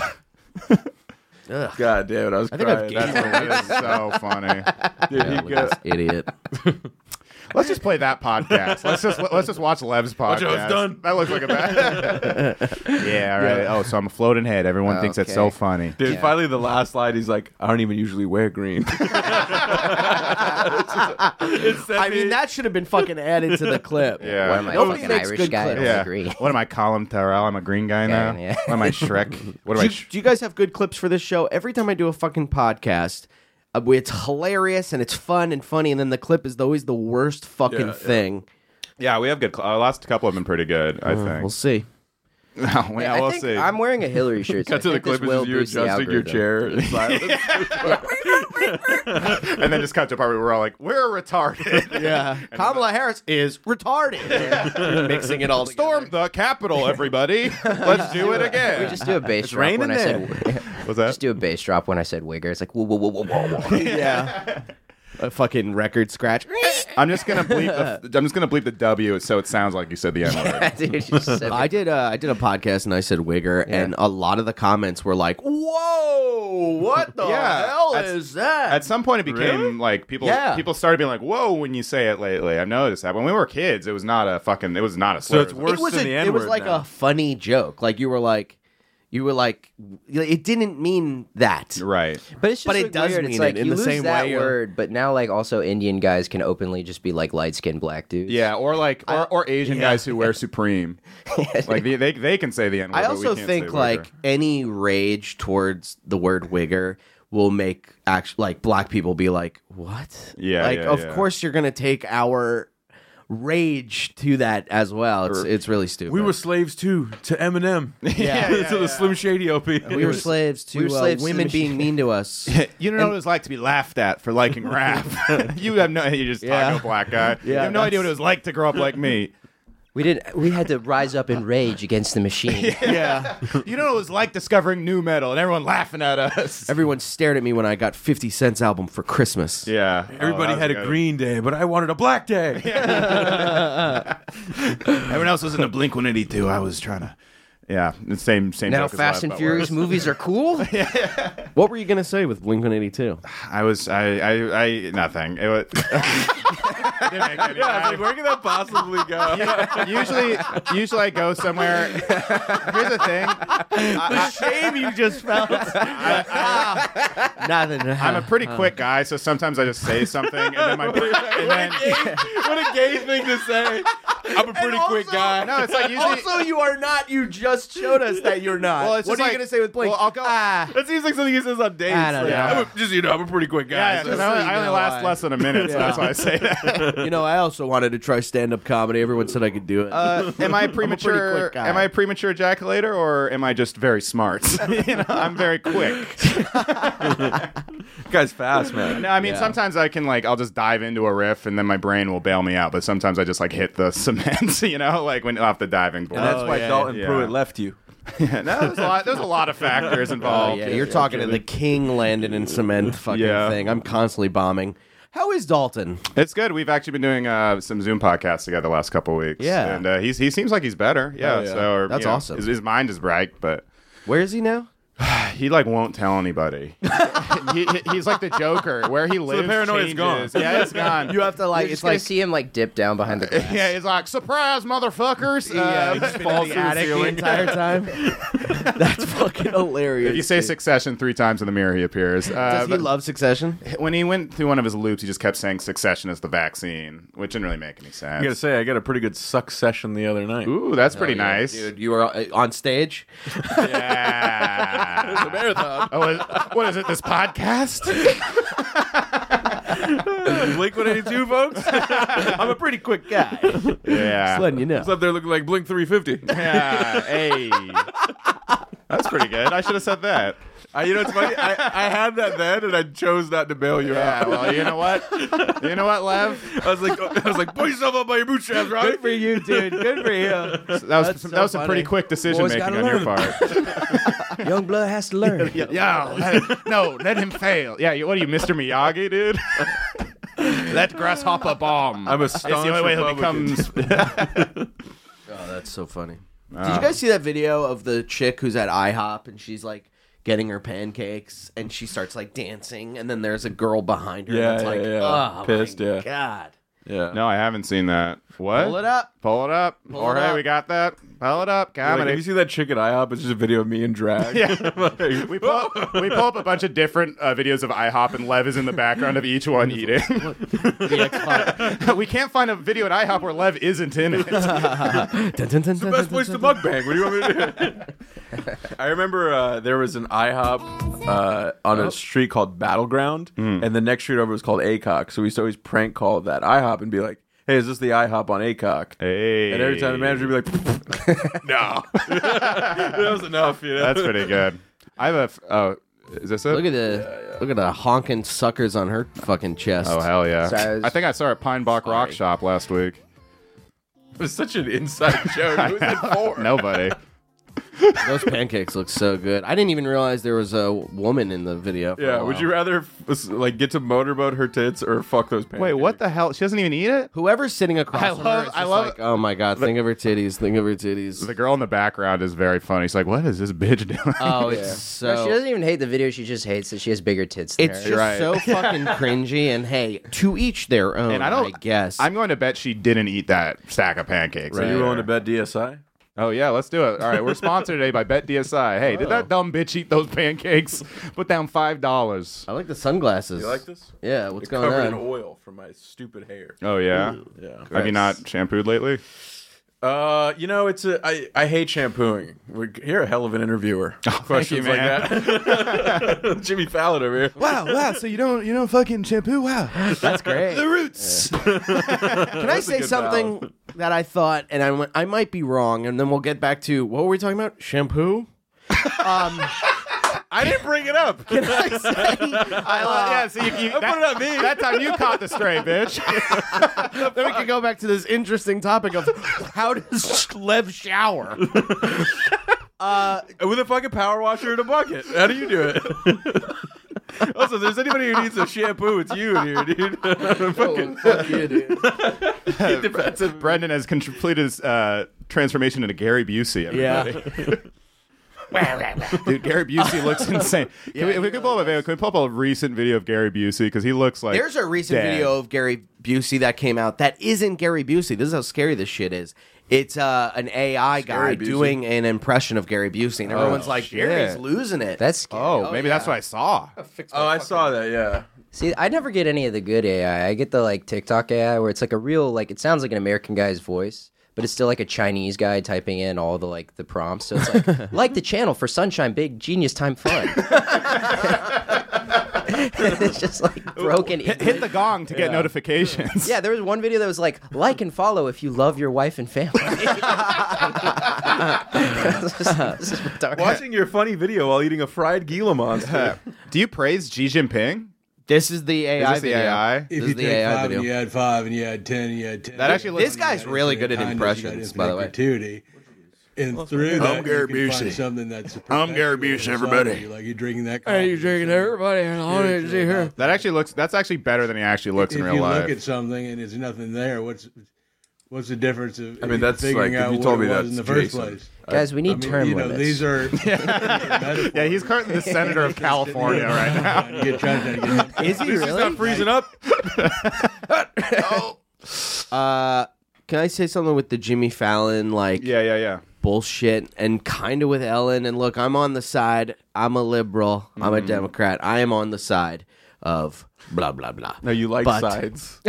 S2: God damn it! I was
S1: think I've
S2: crying.
S1: gained-
S2: That's-
S3: That's so funny.
S2: dude, he
S1: with
S2: got-
S1: this idiot
S3: Let's just play that podcast. Let's just let's just watch Lev's podcast.
S2: out, it's done.
S3: That looks like a bad. yeah. All right. Oh, so I'm a floating head. Everyone thinks that's so
S4: Okay.
S3: funny.
S2: Dude, finally the last line, he's like, "I don't even usually wear green."
S1: I mean, that should have been fucking added to the clip.
S3: Yeah. Oh,
S4: What am I, a
S1: Nobody
S4: fucking
S1: makes
S4: Irish
S1: good
S4: guy?
S1: clips.
S4: I don't
S3: yeah.
S4: agree.
S3: What am I, Colin Tyrell? I'm a green guy now.
S4: yeah.
S3: What am I, Shrek? What
S1: Do
S3: am I?
S1: you,
S3: Sh-
S1: do you guys have good clips for this show? Every time I do a fucking podcast, uh, it's hilarious and it's fun and funny, and then the clip is always the worst fucking
S2: Yeah, yeah.
S1: thing.
S3: yeah, we have good. Cl- our last couple have been pretty good. I think.
S1: We'll see.
S3: yeah,
S4: I
S3: we'll
S4: think
S3: see.
S4: I'm wearing a Hillary shirt. So
S2: Cut to
S4: I
S2: the
S4: think this
S2: clip is
S4: will
S2: just you
S4: boost the
S2: adjusting your chair.
S4: algorithm.
S2: in silence.
S3: and then just cut to a part where we're all like, we're retarded.
S1: Yeah. Kamala Harris is retarded. Mixing it all together.
S3: Storm the Capitol, everybody. Let's do it again.
S4: We just do a bass drop
S2: raining
S4: when I said.
S3: What's that?
S4: Just do a bass drop when I said wigger. It's like whoa, whoa, whoa, whoa, whoa, whoa.
S1: Yeah. A fucking record scratch.
S3: I'm just gonna bleep. The, I'm just gonna bleep the W, so it sounds like you said the N word.
S4: Dude, you just said
S1: I did. Uh, I did a podcast and I said Wigger, and a lot of the comments were like, "Whoa, what the
S3: Yeah,
S1: hell
S3: that's-
S1: is that?"
S3: At some point, it became like people.
S1: Yeah.
S3: People started being like, "Whoa!" When you say it lately, I've noticed that. When we were kids, it was not a fucking. It was not a. Slur.
S2: it's worse
S1: it was
S2: than
S1: a,
S2: the
S1: It was
S2: N-word
S1: like
S2: now.
S1: a funny joke. Like you were like, you were like, it didn't mean that.
S3: Right.
S4: But it's just
S1: But it
S4: like,
S1: does
S4: weird.
S1: mean
S4: it's like
S1: it in
S4: you
S1: the
S4: lose
S1: same
S4: that
S1: way, uh,
S4: word, but now like also Indian guys can openly just be like light skinned black dudes.
S3: Yeah, or like or, or Asian guys who wear Supreme, like they, they they can say the N word.
S1: I also think like any rage towards the word wigger will make act like black people be like, what?
S3: Yeah,
S1: Like
S3: yeah,
S1: of
S3: yeah.
S1: course you're gonna take our rage to that as well. It's it's really stupid.
S2: we were slaves too to Eminem. Yeah, to the Slim Shady op.
S1: we were slaves to
S4: we were
S1: uh,
S4: slaves to
S1: women
S4: the-
S1: being mean to us.
S3: you don't know what it's like to be laughed at for liking rap. you have no. You just
S1: Yeah.
S3: talk to a black guy. you
S1: Yeah,
S3: have no idea what it was like to grow up like me.
S4: we didn't. We had to rise up in rage against the machine.
S1: yeah.
S3: you know what it was like discovering new metal and everyone laughing at us.
S1: Everyone stared at me when I got 50 Cent's album for Christmas.
S3: Yeah,
S2: Everybody had a green day, but I wanted a black day.
S3: Everyone else was in a Blink One Eighty Two. I was trying to. Yeah, the same same.
S4: Now
S3: joke as
S4: Fast
S3: last,
S4: and
S3: but
S4: Furious
S3: worse.
S4: movies are cool.
S1: What were you gonna say with Blink One Eighty Two?
S3: I was I I, I nothing. It was. Didn't make any-
S2: I was like, where can that possibly go?
S3: usually, usually I go somewhere. Here's the thing:
S1: Shame you just felt. Nothing.
S3: I'm a pretty
S1: Uh.
S3: quick guy, so sometimes I just say something, and then my and then
S2: what a gay thing to say. I'm a pretty quick guy.
S3: No, it's like usually.
S1: also, you are not. You just showed us that you're not.
S3: Well, it's
S1: Uh, what
S3: just
S1: are
S3: like-
S1: you gonna say with Blake?
S3: well, I'll go-
S1: Ah,
S2: that seems like something he says on dates.
S1: I don't
S2: Like,
S1: know.
S2: I'm a- just you know, I'm a pretty quick guy.
S3: yeah, yeah, 'cause
S2: so-
S3: I only,
S1: so you
S3: I only
S1: know
S3: last
S1: why.
S3: less than a minute, so that's why I say that.
S1: you know, I also wanted to try stand up comedy. Everyone said I could do it.
S3: Uh, am I
S1: quick
S3: premature?
S1: guy.
S3: Am I a premature ejaculator, or am I just very smart? you know, I'm very quick.
S2: guy's fast, man.
S3: No, I mean sometimes I can like I'll just dive into a riff and then my brain will bail me out, but sometimes I just like hit the cement, you know, like when off the diving board.
S2: And that's why
S3: yeah,
S2: Dalton
S3: yeah.
S2: Pruitt left you.
S3: no, there's a lot. There's a lot of factors
S1: Oh,
S3: involved.
S1: yeah, you're talking to the king landed in cement fucking
S3: Yeah.
S1: thing. I'm constantly bombing. How is Dalton?
S3: It's good. We've actually been doing uh, some Zoom podcasts together the last couple weeks.
S1: Yeah.
S3: and uh, he's he seems like he's better.
S1: Oh,
S3: Yeah, so or,
S1: That's
S3: you know,
S1: awesome.
S3: His, his mind is bright, but
S1: Where is he now?
S3: he like won't tell anybody. he, he- he's like the Joker, where he lives.
S2: paranoia's
S3: changes.
S2: gone.
S3: Yeah, it's gone.
S1: You have to like.
S4: You're
S1: It's
S4: just gonna
S1: like
S4: see him like dip down behind the glass.
S3: yeah, he's like surprise, motherfuckers. Uh,
S1: falls the attic the entire time. That's fucking hilarious.
S3: If you say
S1: dude.
S3: Succession three times in the mirror, he appears. Uh,
S1: Does he
S3: but
S1: love Succession?
S3: when he went through one of his loops, he just kept saying Succession is the vaccine, which didn't really make any
S2: I gotta
S3: sense.
S2: say, I got a pretty good suck session the other night.
S3: Ooh, that's pretty nice.
S1: Dude, you are uh, on stage.
S3: Yeah. Oh, is- what is it? This podcast?
S2: Blink 182, folks. I'm a pretty quick guy.
S3: yeah.
S1: Letting you know.
S2: It's up there looking like Blink 350.
S3: Yeah. Hey. That's pretty good. I should have said that.
S2: I, you know, it's funny. I, I had that then, and I chose not to bail you
S3: Yeah.
S2: out.
S3: Well, you know what? You know what, Lev?
S2: I was like, I was like, pull yourself up by your bootstraps, Robbie.
S1: Good for you, dude. Good for you.
S3: That was
S1: so
S3: that was some pretty
S1: funny.
S3: quick decision
S1: Boys
S3: making
S1: gotta
S3: on your part.
S4: Young blood has to learn.
S3: Yeah, let- no, let him fail. Yeah, you- what are you, Mr. Miyagi, dude? let grasshopper bomb.
S2: I'm a
S3: it's the only
S2: staunch
S3: way he'll
S2: Republican.
S3: become.
S1: Oh, that's so funny. Did you guys see that video of the chick who's at IHOP and she's like getting her pancakes and she starts like dancing and then there's a girl behind her
S2: Yeah,
S1: that's like,
S2: yeah, yeah.
S1: oh,
S2: Pissed,
S1: my
S2: yeah.
S1: God.
S2: Yeah.
S3: No, I haven't seen that. What?
S1: Pull it up.
S3: Pull it up.
S1: it
S3: Jorge,
S1: up.
S3: we got that. Pull it up.
S2: Like,
S3: Comedy.
S2: have you seen that chick at IHOP? It's just a video of me and drag. Yeah.
S3: we, pull up, we pull up a bunch of different uh, videos of IHOP, and Lev is in the background of each one eating. we can't find a video at IHOP where Lev isn't in it.
S2: Best place to mukbang. What do you want me to do? I remember uh, there was an IHOP uh, on a street called Battleground, and the next street over was called ACOC. So we used to always prank call that IHOP and be like, "Hey, is this the IHOP on ACOC?"
S3: Hey.
S2: And every time the manager would be like,
S3: No.
S2: "That was enough," you know.
S3: That's pretty good. I have a. F- oh, is this it?
S1: Look at the look at the honking suckers on her fucking chest.
S3: Oh, hell yeah.
S4: Sorry, I was-
S3: I think I saw it at Pine Bach Rock Shop last week.
S2: it was such an inside joke. Who was it for?
S3: Nobody.
S1: Those pancakes look so good. I didn't even realize there was a woman in the video. for
S2: Yeah.
S1: a
S2: Would
S1: while.
S2: you rather f- like get to motorboat her tits or fuck those pants?
S3: Wait, what the hell? She doesn't even eat it?
S1: Whoever's sitting across
S3: I
S1: from
S3: love-
S1: her is
S3: I
S1: just
S3: love-
S1: like, oh my god, think of her titties, think of her titties.
S3: The girl in the background is very funny. She's like, what is this bitch doing?
S1: Oh, it's so.
S4: No, she doesn't even hate the video. She just hates that she has bigger tits than
S1: It's
S4: her.
S1: just so fucking cringy. And hey, to each their own.
S3: And I don't
S1: guess.
S3: I'm going to bet she didn't eat that stack of pancakes.
S2: Are you willing to bet DSI?
S3: Oh yeah, let's do it. All right, we're sponsored today by Bet DSI. Hey, did
S2: Oh.
S3: that dumb bitch eat those pancakes? Put down five dollars.
S1: I like the sunglasses.
S2: You like this?
S1: Yeah, what's going
S2: Covered in
S1: on?
S2: oil from my stupid hair.
S3: Oh yeah.
S2: Yeah.
S3: Have you not shampooed lately?
S2: Uh, you know, it's a I, I hate shampooing. We're, you're a hell of an interviewer. Questions
S3: you, man.
S2: like that. Jimmy Fallon over here.
S3: Wow, wow. So you don't you don't fucking shampoo? Wow.
S1: That's great. the
S2: Roots.
S1: Can I say
S2: good
S1: something that I thought, and I went, I might be wrong, and then we'll get back to what were we talking about? Shampoo.
S2: I didn't bring it up.
S1: I say-
S3: I love, yeah. So you, you that,
S2: put it on me.
S3: That time you caught the stray bitch.
S1: then we can go back to this interesting topic of how does Lev shower?
S2: With a fucking power washer and a bucket. How do you do it? also, if there's anybody who needs a shampoo, it's you here, dude. fucking defensive.
S3: Brendan has con- completed his uh, transformation into Gary Busey. everybody. Dude, Gary Busey looks insane. Can we, if we could pull up a video, can we pull up a recent video of Gary Busey because he looks like
S1: There's a recent
S3: dead.
S1: video of Gary Busey that came out that isn't Gary Busey. This is how scary this shit is. It's uh, an AI guy
S2: Gary Busey.
S1: doing an impression of Gary Busey, and everyone's like,
S3: Oh, shit.
S1: "Gary's losing it."
S4: That's scary.
S3: Oh, maybe that's what I saw.
S2: Oh, I saw that. Yeah.
S4: See, I never get any of the good AI. I get the like TikTok AI where it's like a real like it sounds like an American guy's voice. but it's still like a Chinese guy typing in all the like the prompts. So it's like like the channel for Sunshine Big Genius Time Fun. it's just like broken.
S3: Hit, hit the gong to get notifications.
S4: Yeah, there was one video that was like, like and follow if you love your wife and family. This is- this is retarded.
S2: Watching your funny video while eating a fried Gila monster.
S3: Do you praise Xi Jinping?
S1: This is the
S3: Is
S1: AI
S3: this the
S1: video.
S3: AI?
S1: This
S7: If
S1: is
S7: you
S1: the
S7: take
S1: AI
S7: five
S1: video.
S7: and you add five and you add ten and you add ten.
S3: That actually looks.
S1: This guy's really good at impressions, by the way.
S7: Gratuity. And through that,
S8: Gary
S7: you can find
S8: Busey.
S7: something that's.
S8: I'm Gary Busey,
S7: perpetual
S8: everybody.
S7: society, Like you drinking that.
S6: Hey,
S7: coffee,
S6: you drinking everybody and I
S7: spiritual,
S6: want to see her.
S3: That actually looks. That's actually better than he actually looks
S7: If
S3: in
S7: you
S3: real
S7: look
S3: life.
S7: at something and there's nothing there, what's what's the difference of?
S2: mean, that's
S7: figuring
S2: like, if
S7: out
S2: you
S7: what
S2: told
S7: it
S2: me
S7: was in the
S2: that's
S7: first
S2: Jason.
S7: place.
S4: Guys, we need
S7: I mean,
S4: term
S7: you know,
S4: limits.
S7: These are yeah.
S3: yeah, he's currently the senator of California right now.
S7: Get trying to get
S4: Is he really?
S2: Freezing up.
S1: Uh, can I say something with the Jimmy Fallon like
S3: Yeah, yeah, yeah.
S1: bullshit and kind of with Ellen? And look, I'm on the side. I'm a liberal. I'm
S3: Mm-hmm.
S1: a Democrat. I am on the side of blah blah blah.
S2: No, you like
S1: But-
S2: sides.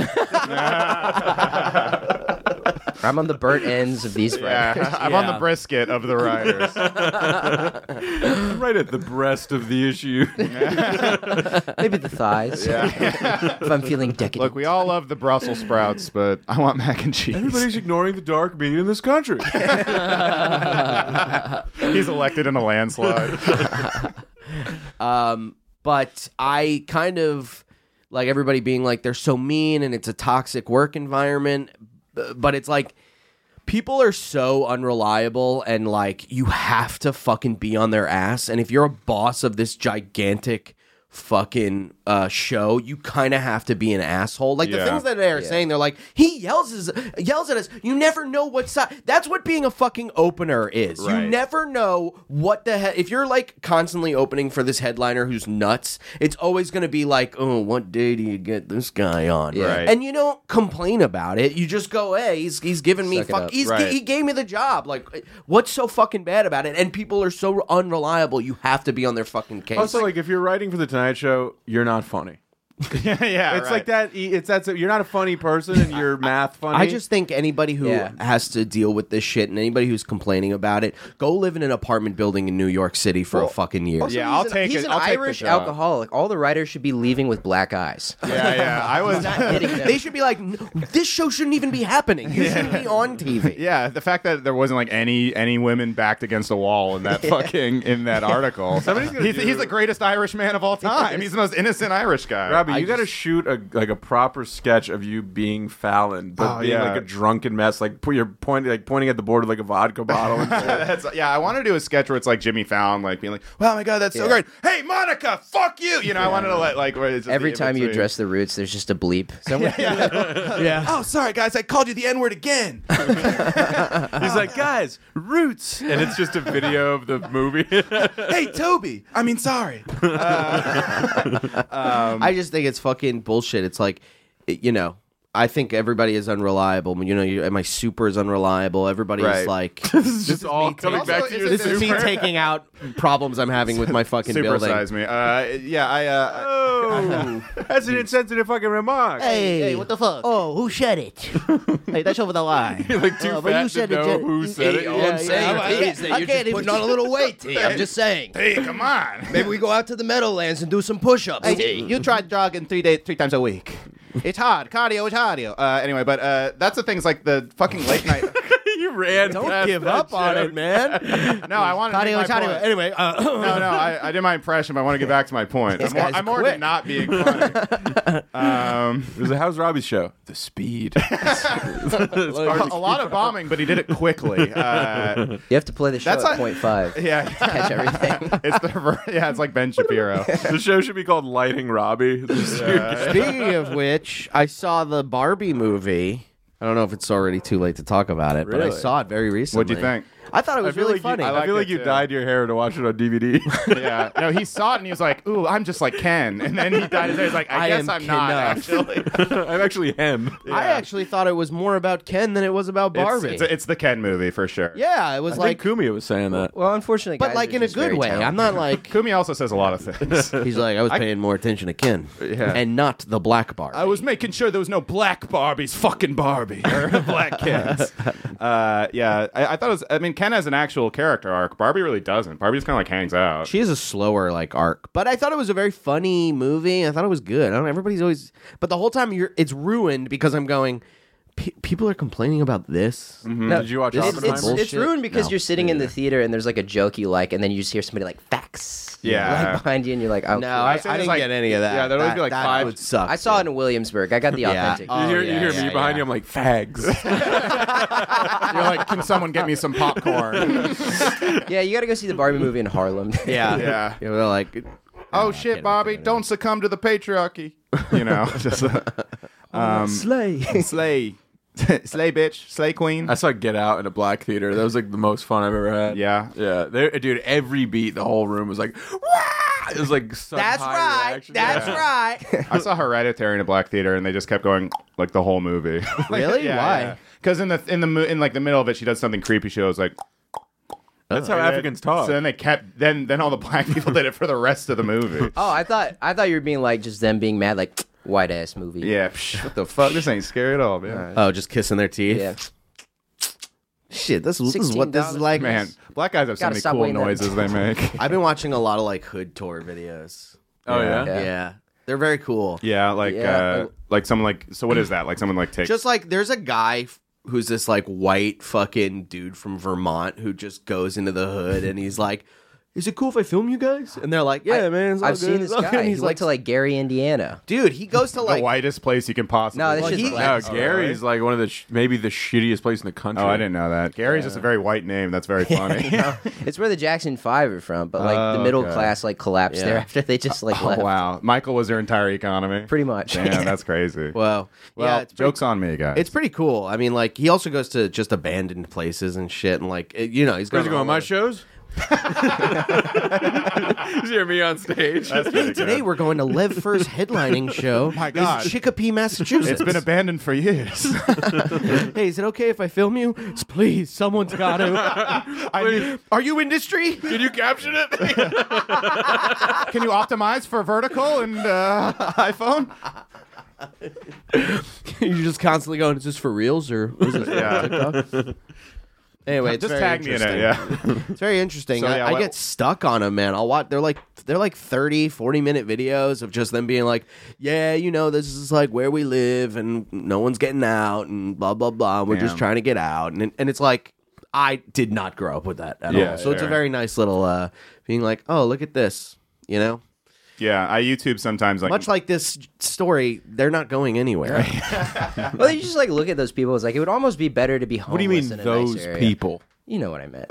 S4: I'm on the burnt ends of these.
S3: Yeah, I'm on the
S5: Yeah.
S3: brisket of the writers.
S2: I'm right at the breast of the issue.
S4: Maybe the thighs. if I'm feeling decadent.
S3: Look, we all love the Brussels sprouts, but I want mac and cheese.
S2: Everybody's ignoring the dark meat in this country.
S3: He's elected in a landslide.
S1: Um, but I kind of like everybody being like they're so mean and it's a toxic work environment. b- But it's like people are so unreliable and like you have to fucking be on their ass. And if you're a boss of this gigantic fucking uh show you kind of have to be an asshole like the
S3: Yeah.
S1: things that they are saying they're like he yells is yells at us you never know what side that's what being a fucking opener is you
S3: Right.
S1: never never know what the heck. If you're like constantly opening for this headliner who's nuts, it's always going to be like, oh, what day do you get this guy on?
S3: Right.
S1: And you don't complain about it. You just go, hey, he's, he's giving me
S4: Suck it
S1: fuck.
S4: up.
S1: He's,
S3: Right.
S1: He gave me the job. Like, what's so fucking bad about it? And people are so unreliable. You have to be on their fucking case.
S2: also, like, if you're writing for the Tonight Show, you're not funny.
S3: yeah, yeah.
S2: It's like that. e, It's that's you're not a funny person, and you're math funny.
S1: I just think anybody who
S4: Yeah.
S1: has to deal with this shit and anybody who's complaining about it, go live in an apartment building in New York City for a fucking year.
S3: Yeah, I'll take
S4: He's
S3: it.
S4: an
S3: I'll take the
S4: Irish
S3: job.
S4: alcoholic. All the writers should be leaving with black eyes.
S3: Yeah, yeah. I was.
S1: they should be like, "N- this show shouldn't even be happening. You shouldn't be on TV.
S3: yeah, the fact that there wasn't like any any women backed against a wall in that fucking in that article.
S2: Somebody's gonna
S3: he's,
S2: do-
S3: he's the greatest Irish man of all time. He's the most innocent Irish guy.
S2: Robbie, you got to shoot a like a proper sketch of you being Fallon, but
S3: Oh,
S2: being
S3: yeah.
S2: like a drunken mess. Like put your point, like pointing at the board with like a vodka bottle. And
S3: That's, yeah, I want to do a sketch where it's like Jimmy Fallon, like being like, "Wow, my God, that's so great! Hey, Monica, fuck you!" You know, I wanted to let like where it's just
S4: Every
S3: the
S4: time you
S3: in-between.
S4: address the roots, there's just a bleep. Somewhere,
S3: Oh, sorry guys, I called you the N word again.
S2: he's like, guys, roots, and it's just a video of the movie.
S3: hey, Toby. I mean, sorry.
S1: I just think it's fucking bullshit. It's like, it- you know, I think everybody is unreliable. You know, you, my super is unreliable. Everybody is
S3: Right.
S1: like,
S2: this is just all coming
S3: Also,
S2: back to
S3: is
S2: your
S3: it
S1: this is me
S3: Super.
S1: taking out problems I'm having with my fucking building.
S3: Supersize me. Uh, yeah, I. Uh,
S2: Oh, that's an insensitive fucking remark.
S9: Hey, what the fuck? Oh, who said it? hey, that's over the line.
S2: like too
S9: Oh, but
S2: fat
S9: you said
S2: to
S9: it,
S2: know
S9: Jen-
S2: who said it.
S6: All I'm saying is that you're just putting on a little weight, T. I'm just saying.
S3: hey, come on.
S6: Maybe we go out to the Meadowlands and do some push-ups, T.
S3: you try jogging three days, three times a week. It's hard. Cardio is cardio. Uh, anyway, but uh, that's the thing. It's like the fucking late night.
S2: you ran. Don't give up on it, man.
S3: no, I want to.
S9: Anyway,
S3: make my point.
S9: anyway, uh,
S3: No, no, I, I did my impression, but I want to get back to my point. I'm, al- I'm already not being funny. Um,
S2: There's a How's Robbie show. The speed.
S3: a lot of bombing, but he did it quickly. Uh,
S4: you have to play the show
S3: That's
S4: at
S3: like-
S4: point five.
S3: yeah,
S4: Catch everything.
S3: it's the rever- yeah, it's like Ben Shapiro.
S2: the show should be called Lighting Robbie. Just-
S1: Speaking of which, I saw the Barbie movie. I don't know if it's already too late to talk about it, but I
S2: Really?
S1: saw it very recently.
S3: What'd you think?
S1: I thought it was
S2: feel
S1: really
S2: like
S1: funny.
S2: You, I,
S3: like
S2: feel
S3: it
S2: like you
S3: too.
S2: dyed your hair to watch it on DVD.
S3: yeah. No, he saw it and he was like, "Ooh, I'm just like Ken." And then he died his hair. He's like, "I,
S1: I am
S3: guess I'm
S1: Ken
S3: not
S1: Nuff.
S3: actually."
S2: I'm actually him.
S1: I actually thought it was more about Ken than it was about
S3: It's,
S1: Barbie.
S3: it's, it's the Ken movie for sure.
S1: yeah, it
S2: I
S1: was
S2: think
S1: like,
S2: Kumi was saying that.
S4: Well, unfortunately,
S1: but
S4: guys
S1: like
S4: are
S1: in a
S4: just very
S1: good way. I'm
S4: talented.
S1: not like
S3: Kumi also says a lot of things.
S1: he's like I was paying more attention to Ken and not the black bar.
S3: I was making sure there was no black Barbies, fucking Barbie or black kids. uh, yeah, I, I thought it was. I mean, Ken has an actual character arc. Barbie really doesn't. Barbie just kind of like hangs out.
S1: She is a slower like arc, but I thought it was a very funny movie. I thought it was good. I don't. Everybody's always, but the whole time you're, it's ruined because I'm going. "Pe- people are complaining about this.
S3: Mm-hmm.
S2: Did you watch
S1: This is-
S4: It's,
S2: Oppenheimer?
S4: it's,
S1: Bullshit.
S4: it's ruined because
S1: No.
S4: you're sitting in the theater and there's like a joke you like, and then you just hear somebody like facts.
S3: Yeah.
S4: Right behind you, and you're like, oh,
S1: No,
S4: cool.
S1: I, I
S3: seen it's
S1: didn't
S3: like-
S1: get any of that.
S3: yeah, there'd always
S1: That-
S3: be like
S1: that
S3: five-
S1: Would suck.
S4: I saw it in Williamsburg. I got the
S1: Yeah.
S4: authentic.
S1: Oh,
S2: you hear,
S1: yeah,
S2: you hear
S1: yeah,
S2: me
S1: yeah.
S2: behind you. I'm like fags.
S3: You're like, can someone get me some popcorn?
S4: yeah, you got to go see the Barbie movie in Harlem.
S1: Yeah,
S3: Yeah.
S1: You know, they're like,
S3: oh shit, Barbie, don't succumb to the patriarchy. You know, just uh, um,
S1: slay.
S3: slay, slay, bitch, slay queen.
S2: I saw Get Out in a black theater. That was like the most fun I've ever had.
S3: Yeah.
S2: yeah. They, dude, every beat, the whole room was like, Wah! it was like such
S1: That's
S2: high
S1: right.
S2: reaction.
S1: That's
S2: Yeah.
S1: right.
S3: I saw Hereditary in a black theater, and they just kept going like the whole movie.
S1: Really? Why?
S3: Because in the in the mo- in like the middle of it, she does something creepy. She was like,
S2: That's how Africans talk.
S3: So then they kept then then all the black people did it for the rest of the movie.
S4: Oh, I thought I thought you were being like just them being mad, like white ass movie.
S3: Yeah, psh, what the fuck? This ain't scary at all, man.
S1: oh, just kissing their teeth.
S4: Yeah.
S1: Shit, this, this is what this is
S4: $16
S1: like.
S3: Man, black guys have so
S4: Gotta
S3: many
S4: stop
S3: cool
S4: weighing that.
S3: noises they make.
S1: I've been watching a lot of like hood tour videos.
S2: oh yeah.
S4: Yeah.
S1: Yeah, they're very cool.
S3: Yeah, like
S4: Yeah.
S3: uh, like someone like so what is that? Like someone like takes
S1: Just like there's a guy f- who's this like white fucking dude from Vermont who just goes into the hood and he's like, "Is it cool if I film you guys?" And they're like, "Yeah, man." It's all
S4: I've
S1: good.
S4: seen
S1: it's
S4: this
S1: all good."
S4: guy.
S1: And
S4: He
S1: He's
S4: went
S1: like,
S4: to like Gary, Indiana.
S1: "Dude, he goes to
S3: the
S1: like."
S3: whitest place you can possibly.
S4: No, this
S1: Well,
S4: shit's
S1: he-
S4: black.
S2: No, Oh, Gary's like one of the sh- maybe the shittiest place in the country.
S3: Oh, I didn't know that. Gary's just a very white name. That's very funny.
S4: It's where the Jackson Five are from, but like
S3: Oh,
S4: the middle
S3: okay.
S4: class like collapsed there after they just like
S3: oh,
S4: left.
S3: wow, Michael was their entire economy.
S4: Pretty much.
S3: Damn, that's crazy. Well,
S1: Well, yeah, it's pretty
S3: jokes on me, guys.
S1: It's pretty cool. I mean, like he also goes to just abandoned places and shit, and like it- you know, he's
S2: Where's he
S1: all
S2: going? My
S1: over.
S2: shows. you hear me on stage.
S3: That's pretty
S1: Today
S3: good.
S1: we're going to Lev First headlining show. My
S3: God.
S1: is Chicopee, Massachusetts.
S3: it's been abandoned for years.
S1: hey, is it okay if I film you? S- Please, someone's got to.
S3: I need-
S1: Are you industry?
S2: Did you caption it?
S3: can you optimize for vertical and uh, iPhone?
S1: You're just constantly going. Is this for reals or? Is this
S3: Yeah.
S1: Anyway, it's
S3: Just
S1: very
S3: tag me in it.
S1: interesting.
S3: Yeah.
S1: It's very interesting.
S3: So,
S1: I,
S3: yeah,
S1: I
S3: what-
S1: get stuck on them, man. I'll watch. They're like they're like 30, 40 minute videos of just them being like, "Yeah, you know, this is like where we live, and no one's getting out, and blah blah blah. We're just
S3: Damn.
S1: trying to get out." And and it's like I did not grow up with that at
S3: Yeah,
S1: all. So it's a
S3: fair.
S1: very nice little uh, being like, "Oh, look at this," you know.
S3: Yeah, I YouTube sometimes like
S1: Much like this story, they're not going anywhere.
S4: Well, you just like look at those people. It's like it would almost be better to be homeless.
S2: What do you mean
S4: in a nice
S2: those
S4: area.
S2: people?
S4: You know what I meant.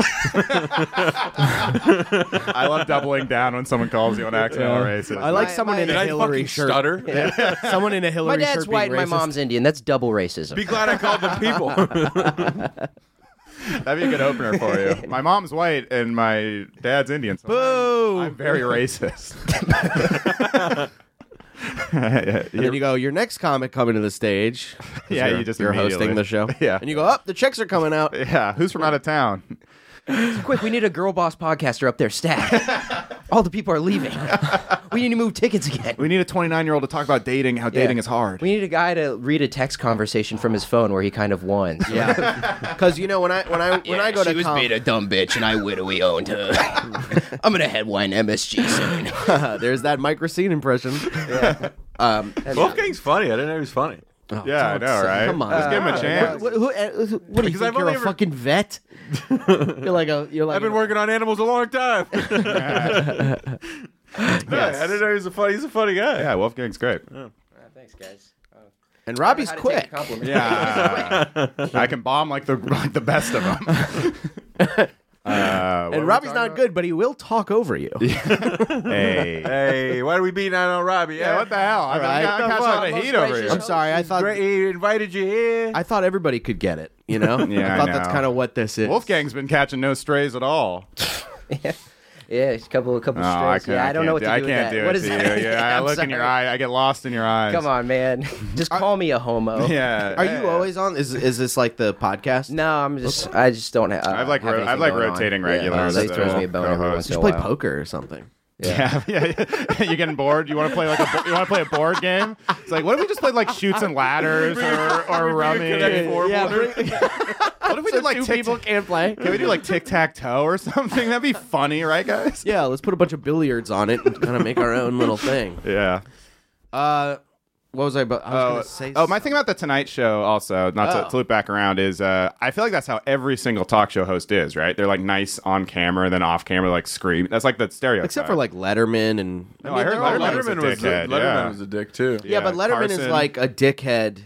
S3: I love doubling down when someone calls you an accidental racist.
S1: I like
S4: My-
S1: someone
S4: my-
S1: in
S4: Did
S1: a
S4: I
S1: Hillary shirt.
S2: stutter.
S1: Someone in a Hillary
S4: my
S1: shirt.
S4: dad's
S1: being
S4: white, my
S1: racist.
S4: mom's Indian. That's double racism.
S2: Be glad I called the people.
S3: That'd be a good opener for you. My mom's white and my dad's Indian. so
S1: Boo!
S3: I'm very racist.
S1: And then you go, your next comic coming to the stage. 'cause
S3: Yeah,
S1: you're-
S3: you just
S1: you're hosting
S3: immediately-
S1: the show.
S3: Yeah.
S1: and you go, up. the checks are coming out.
S3: yeah, who's from out of town?
S4: Quick, we need a girl boss podcaster up there, staff. All the people are leaving. we need to move tickets again.
S3: We need a 29 year old to talk about dating, how
S4: Yeah.
S3: dating is hard.
S4: We need a guy to read a text conversation from his phone where he kind of won. So
S1: Yeah, because you know when I when I when I go to com-
S4: dumb bitch, and I widowy owned her. I'm gonna headline MSG soon.
S1: there's that micro scene impression.
S2: Wolfgang's funny. I didn't know he was funny.
S3: yeah, I know,
S1: so-
S3: right?
S1: come on.
S3: Let's give him a chance.
S1: What, who, uh, who- what do you
S2: Because I've
S1: think? You're a
S2: only ever-
S1: fucking vet. you're like a you're like
S2: I've been working on animals a long time. Yeah, I didn't know he was a funny. He's a funny guy.
S3: yeah, Wolfgang's great.
S4: Thanks, guys.
S1: and Robbie's quick.
S3: Yeah, I can bomb like the like the best of them. Uh,
S1: and Robbie's not good, but he will talk over you.
S3: Hey.
S2: Hey, why are we beating out on Robbie?
S3: Yeah, what the hell? I
S1: right.
S3: got, I got
S2: What the
S3: caught in
S2: fuck?
S3: the heat over here.
S1: I'm sorry. I thought
S2: Great, he invited you here.
S1: I thought everybody could get it. You know.
S3: Yeah,
S1: I
S3: I
S1: thought that's
S3: know.
S1: kind of what this is.
S3: Wolfgang's been catching no strays at all.
S4: Yeah, it's a couple, a couple
S3: No, Oh, I
S4: strays.
S3: can't,
S4: yeah, I don't know what
S3: do,
S4: to do
S3: I
S4: with
S3: can't
S4: that.
S3: do
S4: What
S3: it
S4: is
S3: to
S4: that?
S3: you. Yeah, I
S4: I'm
S3: look in your
S4: sorry.
S3: eye. I get lost in your eyes.
S4: Come on, man. Just call me a homo.
S3: Yeah.
S1: Are
S3: yeah.
S1: you always on? Is is this like the podcast?
S4: No, I'm just. I just don't have.
S3: I've, like,
S4: have
S3: ro-
S4: anything
S3: I've, like,
S4: going on.
S3: rotating
S4: Yeah,
S3: regulars,
S4: They
S3: so-
S4: throws me a bone every once in
S1: Just
S4: a
S1: play
S4: while.
S1: poker or something.
S3: Yeah, yeah, yeah. You're getting bored. You want to play like a bo- you want to play a board game. It's like what if we just played like shoots and ladders or, or rummy? What if we did like tic-
S1: can't play.
S3: Can we do like tic tac toe or something? That'd be funny, right, guys?
S1: Yeah, let's put a bunch of billiards on it and kind of make our own little thing.
S3: Yeah.
S1: Uh, what was I? About? I was
S3: Oh,
S1: gonna say.
S3: oh, my thing about the Tonight Show also, not to,
S1: Oh.
S3: to loop back around, is uh, I feel like that's how every single talk show host is, right? They're like nice on camera, then off camera, like scream. That's like the stereotype.
S1: except for like Letterman and
S3: no, I heard
S2: Oh,
S3: Letterman, was a
S2: Letterman was
S3: dickhead,
S2: Letterman
S3: yeah.
S2: was a dick too.
S1: yeah, but Letterman is
S3: Carson.
S1: like a dickhead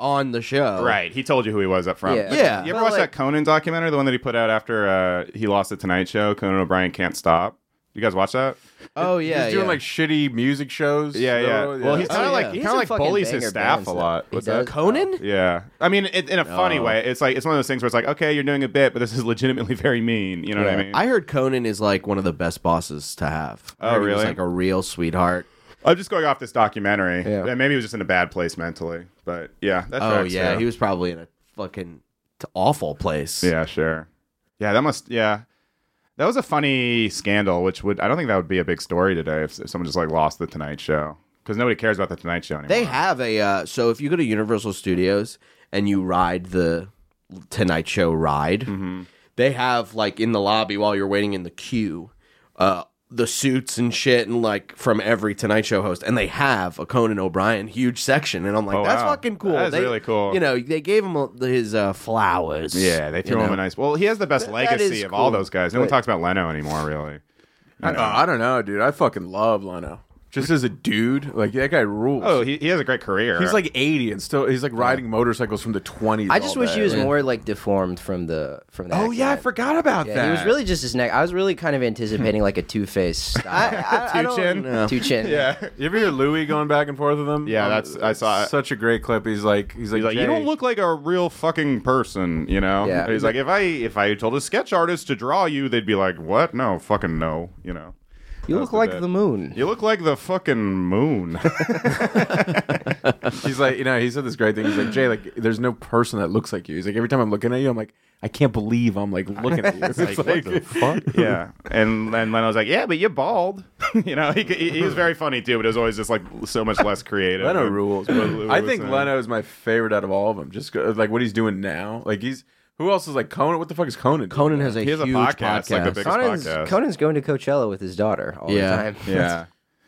S1: on the show,
S3: Right, he told you who he was up front.
S4: Yeah.
S3: But
S1: Yeah.
S3: You
S1: But,
S3: ever watch
S1: like-
S3: that Conan documentary, the one that he put out after uh, he lost the Tonight Show? Conan O'Brien can't stop. You guys watch that?
S1: Oh yeah,
S2: he's doing
S1: yeah.
S2: like shitty music shows.
S3: Yeah, yeah.
S2: though.
S3: Well, he's
S1: Oh,
S3: kind of
S1: yeah.
S3: like he
S4: He's
S3: kind
S4: a
S3: of like
S4: fucking
S3: bullies his
S4: banger
S3: staff
S4: band,
S3: a
S4: so-
S3: lot.
S4: he
S3: What's
S4: does-
S3: that?
S1: Conan.
S3: Yeah, I mean, it, in a funny way, it's like it's one of those things where it's like, okay, you're doing a bit, but this is legitimately very mean. You know what I mean?
S1: I heard Conan is like one of the best bosses to have. I
S3: Oh,
S1: heard he was,
S3: really?
S1: like a real sweetheart.
S3: I'm just going off this documentary.
S4: Yeah.
S3: And maybe he was just in a bad place mentally, but yeah, that's
S1: oh yeah, he was probably in a fucking t- awful place.
S3: Yeah, sure. Yeah, that must. Yeah, that was a funny scandal. Which would I don't think that would be a big story today if, if someone just like lost the Tonight Show because nobody cares about the Tonight Show anymore.
S1: They have a uh, so if you go to Universal Studios and you ride the Tonight Show ride,
S3: Mm-hmm.
S1: they have like in the lobby while you're waiting in the queue, uh, the suits and shit and like from every Tonight Show host, and they have a Conan O'Brien huge section, and I'm like,
S3: Oh,
S1: that's
S3: wow.
S1: fucking cool.
S3: That is
S1: They-
S3: really cool.
S1: You know, they gave him a, his uh, flowers.
S3: yeah, they threw
S1: you
S3: him
S1: know?
S3: a nice. Well, he has the best
S1: That- that
S3: legacy
S1: is
S3: of all
S1: cool,
S3: those guys. No one talks about Leno anymore, really.
S2: I don't, I don't know, dude. I fucking love Leno. Just as a dude, like that guy rules.
S3: Oh, he, he has a great career.
S2: he's like 80 and still he's like riding motorcycles from the 20s.
S4: I just
S2: all
S4: wish
S2: day.
S4: he was more like deformed from the from the.
S2: Oh yeah, I
S4: accident.
S2: forgot about
S4: Yeah,
S2: that.
S4: he was really just his neck. I was really kind of anticipating like a two face style.
S1: I, I, I
S3: Two
S1: don't
S3: chin?
S1: know.
S4: two chin.
S3: yeah.
S2: You ever hear Louis going back and forth with him?
S3: Yeah,
S2: Um,
S3: that's- I saw it.
S2: Such a great clip. He's like, he's like,
S3: He's like, you
S2: "Jay,
S3: don't look like a real fucking person, you know.
S4: Yeah.
S3: He's like, if I if I told a sketch artist to draw you, they'd be like, what? No, fucking no, you know.
S4: You look like
S3: bit.
S4: the moon.
S3: You look like the fucking moon.
S2: He's like, you know, he said this great thing. He's like, Jay, like, there's no person that looks like you. He's like, every time I'm looking at you, I'm like, I can't believe I'm like looking at you. It's like,
S3: fuck? Yeah. And and Leno's like, yeah, but you're bald. you know, he, he, he was very funny too, but it was always just like so much less creative.
S2: Leno
S3: And-
S2: rules.
S3: What Lou
S2: I
S3: was
S2: think
S3: saying.
S2: Leno is my favorite out of all of them. Just go- like what he's doing now. Like he's who else is like Conan? What the fuck is Conan? doing?
S1: Conan has a
S3: He has a
S1: huge
S3: podcast, like the biggest
S4: Conan's,
S3: podcast.
S4: Conan's going to Coachella with his daughter all
S1: Yeah.
S4: the time.
S3: yeah.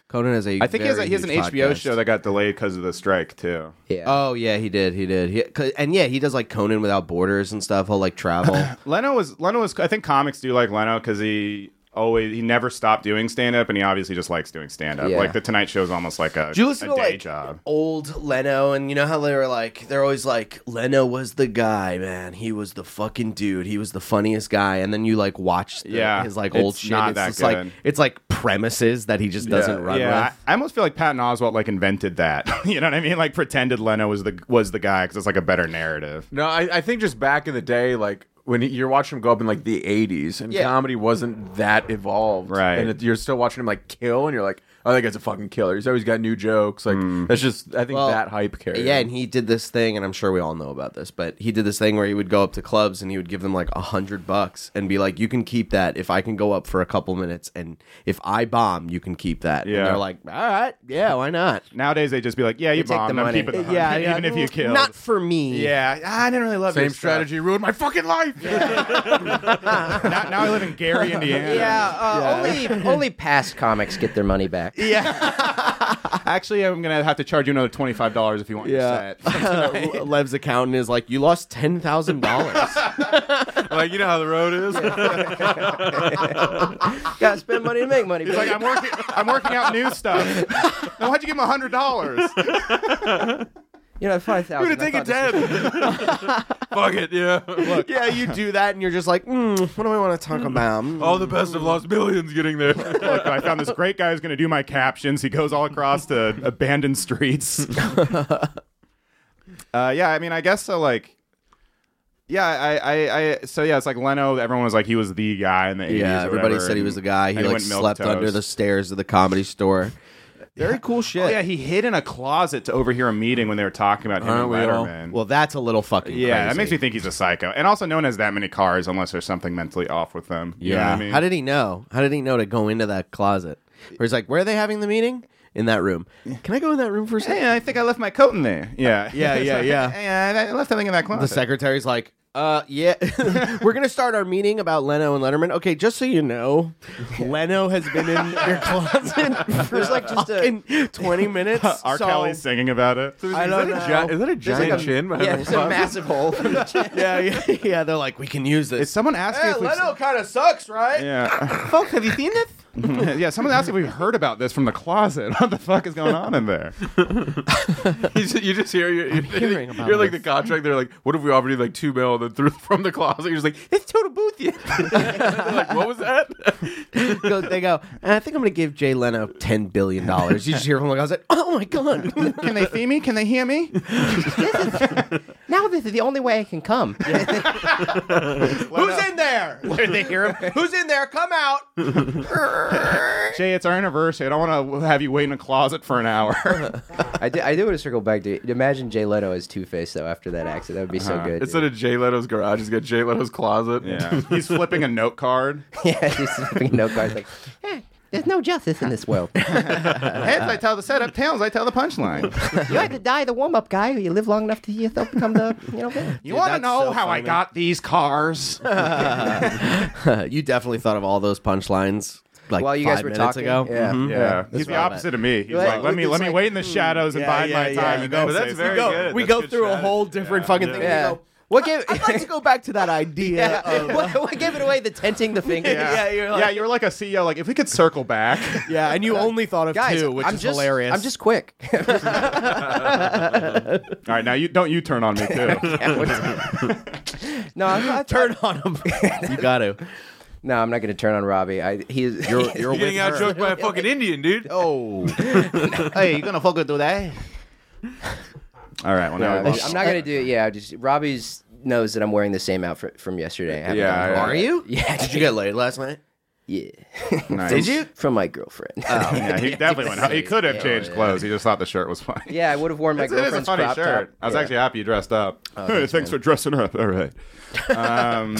S1: Conan has a.
S3: I think he has, a,
S1: very
S3: he has an
S1: huge
S3: HBO
S1: podcast.
S3: show that got delayed because of the strike too.
S4: Yeah.
S1: Oh yeah, he did. He did. He, 'cause- and yeah, he does like Conan without borders and stuff. He'll like travel.
S3: Leno was Leno was I think comics do like Leno because he always he never stopped doing stand up and he obviously just likes doing stand up.
S4: Yeah.
S3: Like the Tonight Show is almost like a,
S1: Do you listen
S3: a
S1: to
S3: day
S1: like
S3: job.
S1: old Leno? And you know how they were like, they're always like, Leno was the guy, man. He was the fucking dude. He was the funniest guy. And then you like watch the,
S3: Yeah,
S1: his like
S3: it's
S1: old shit.
S3: not
S1: it's
S3: that
S1: just
S3: good.
S1: like it's like premises that he just doesn't run
S3: Yeah,
S1: with.
S3: I, I almost feel like Patton Oswalt like invented that. you know what I mean? Like pretended Leno was the was the guy because it's like a better narrative.
S2: No, I, I think just back in the day, like when you're watching him go up in like the '80s, and
S1: Yeah.
S2: comedy wasn't that evolved,
S3: Right.
S2: And it, you're still watching him like kill, and you're like, oh, that guy's a fucking killer. He's always got new jokes. Like that's just, I think
S1: Mm. Well,
S2: that hype carried.
S1: Yeah,
S2: him.
S1: and he did this thing, and I'm sure we all know about this, but he did this thing where he would go up to clubs and he would give them like a hundred bucks and be like, "You can keep that if I can go up for a couple minutes, and if I bomb, you can keep that."
S3: Yeah.
S1: and they're like, "All right, yeah, why not?"
S3: Nowadays they just be like, yeah, you
S4: take the
S3: bombed. I'm
S4: money.
S3: keeping the hundred, even if you killed.
S1: not for me.
S3: yeah, I didn't really love your
S2: Same
S3: stuff.
S2: strategy ruined my fucking life.
S3: now, now I live in Gary, Indiana.
S4: Uh, Only only past comics get their money back.
S3: Actually, I'm gonna have to charge you another twenty five dollars if you want
S1: Yeah.
S3: your set.
S1: Uh, Lev's accountant is like, you lost ten thousand dollars.
S2: like you know how the road is.
S4: Gotta spend money to make money.
S3: He's like,
S4: baby.
S3: I'm working, I'm working out new stuff. Now, why'd you give him hundred dollars?
S1: You know, five thousand.
S2: Take a ten. Fuck it, yeah.
S1: Yeah, you do that, and you're just like, mm, what do I want to talk about? Mm.
S2: All the best of Lost Millions getting there.
S3: Look, I found this great guy who's going to do my captions. He goes all across to abandoned streets. uh, yeah, I mean, I guess so. Like, yeah, I, I, I, so yeah, it's like Leno. Everyone was like, he was the guy in the 80s.
S1: Yeah,
S3: or
S1: everybody
S3: whatever,
S1: said he was the guy. He
S3: and
S1: like
S3: went milk
S1: slept under
S3: toast.
S1: the stairs of the comedy store. Very cool shit.
S3: Oh yeah, he hid in a closet to overhear a meeting when they were talking about him and
S2: Aren't we all?
S3: Letterman.
S1: Well, that's a little fucking.
S3: yeah, that
S1: crazy.
S3: makes me think he's a psycho, and also known as that many cars, unless there's something mentally off with them. You know what
S1: Yeah.
S3: I mean?
S1: How did he know? How did he know to go into that closet? Where he's like, where are they having the meeting? In that room. Can I go in that room for a second?
S3: Hey, I think I left my coat in there. Yeah,
S1: Yeah, yeah, yeah.
S3: Hey, I left something in that closet.
S1: The secretary's like, uh, yeah, we're gonna start our meeting about Leno and Letterman. Okay, just so you know, Leno has been in your closet for like just twenty minutes.
S3: R.
S1: so-
S3: Kelly's singing about it.
S1: I don't know.
S2: is that a
S1: There's
S2: giant
S1: like a-
S2: chin? behind
S4: Yeah,
S2: the
S4: it's a
S2: closet?
S4: massive hole for the chin.
S1: Yeah, yeah, yeah. They're like, we can use this.
S3: Is someone asking if we've
S1: kind of sucks, right?
S3: yeah,
S1: Folks, have you seen this?
S3: yeah. Someone asked if we've heard about this from the closet. What the fuck is going on in there?
S2: You just, you just hear you're, you're,
S1: hearing about
S2: you're like the
S1: this.
S2: contract. They're like, what if we offered you like two mil and then threw from the closet? You're just like, it's total booth yet. like, what was that?
S1: Go- they go. I think I'm gonna give Jay Leno ten billion dollars. You just hear from the guy. I was like, oh my god.
S3: Can they see me? Can they hear me?
S4: Now this is the only way I can come.
S1: Who's in there? they hear him. Who's in there? Come out.
S3: Jay, it's our anniversary. I don't want to have you wait in a closet for an hour.
S4: I do, I do want to circle back to imagine Jay Leno as Two Face though after that accident. That would be so
S1: Uh-huh.
S4: good.
S2: Instead of Jay Leto's garage, he's got Jay Leto's closet.
S3: yeah, he's flipping a note card.
S4: yeah, he's flipping note cards like, "Eh, there's no justice in this world.
S3: Heads, I tell the setup. Tails, I tell the punchline.
S4: You had to die the warm up guy. You live long enough to see yourself become the you know. villain."
S3: You want to
S1: that's
S3: know
S1: so
S3: how I
S1: funny.
S3: got these cars?
S1: Uh, you definitely thought of all those punchlines like
S4: While you
S1: five
S4: guys were
S1: minutes
S4: talking,
S1: ago.
S4: yeah.
S1: Mhm.
S3: Yeah, he's the
S1: what I
S3: opposite of me. He's
S4: Right.
S3: like, hmm, let me
S4: It's
S3: let me
S4: like,
S3: wait in the shadows and
S1: yeah,
S3: bide my
S1: yeah,
S3: time.
S1: yeah.
S3: and
S1: No,
S3: then
S2: but
S3: say
S2: that's
S3: something.
S2: very
S1: go-
S2: good.
S1: Oh, we
S2: That's
S1: go
S2: good
S1: through a
S2: strategy.
S1: whole different fucking thing.
S4: Yeah.
S1: We go, what gave? I'd like to go back to that idea. of-
S4: We're, we giving away the tenting the finger.
S1: Yeah.
S3: Yeah,
S1: you're
S3: you're
S1: like-
S3: like, a CEO. Like, if we could circle back,
S1: yeah, and you only thought of
S4: Guys,
S1: two, which
S4: I'm
S1: is
S4: just,
S1: hilarious.
S4: I'm just quick.
S3: All right, now you don't you turn on me too.
S4: no, I'm not,
S1: turn on him. you got to.
S4: no, I'm not going to turn on Robbie. I, he's you're,
S1: You're
S2: You're
S1: with
S2: getting
S1: her.
S2: out by a fucking Indian, dude.
S1: Oh,
S3: hey, you gonna fucking do that? All right. Well, now
S4: Yeah,
S3: we
S4: I'm not gonna do it. Yeah, just Robbie's knows that I'm wearing the same outfit from yesterday. I haven't
S2: Yeah,
S4: done it.
S2: yeah.
S1: are you?
S4: Yeah.
S1: Did you get laid last night?
S4: Yeah.
S3: Nice. Oh.
S1: Did you?
S4: From my girlfriend.
S3: Yeah, he definitely went. He could have changed clothes. He just thought the shirt was funny.
S4: yeah, I would have worn my
S3: It's- it is a
S4: girlfriend's
S3: funny
S4: crop
S3: shirt.
S4: top.
S3: I was
S4: Yeah.
S3: actually happy you dressed up.
S1: Oh,
S3: hey, thanks for dressing up. All right. Um,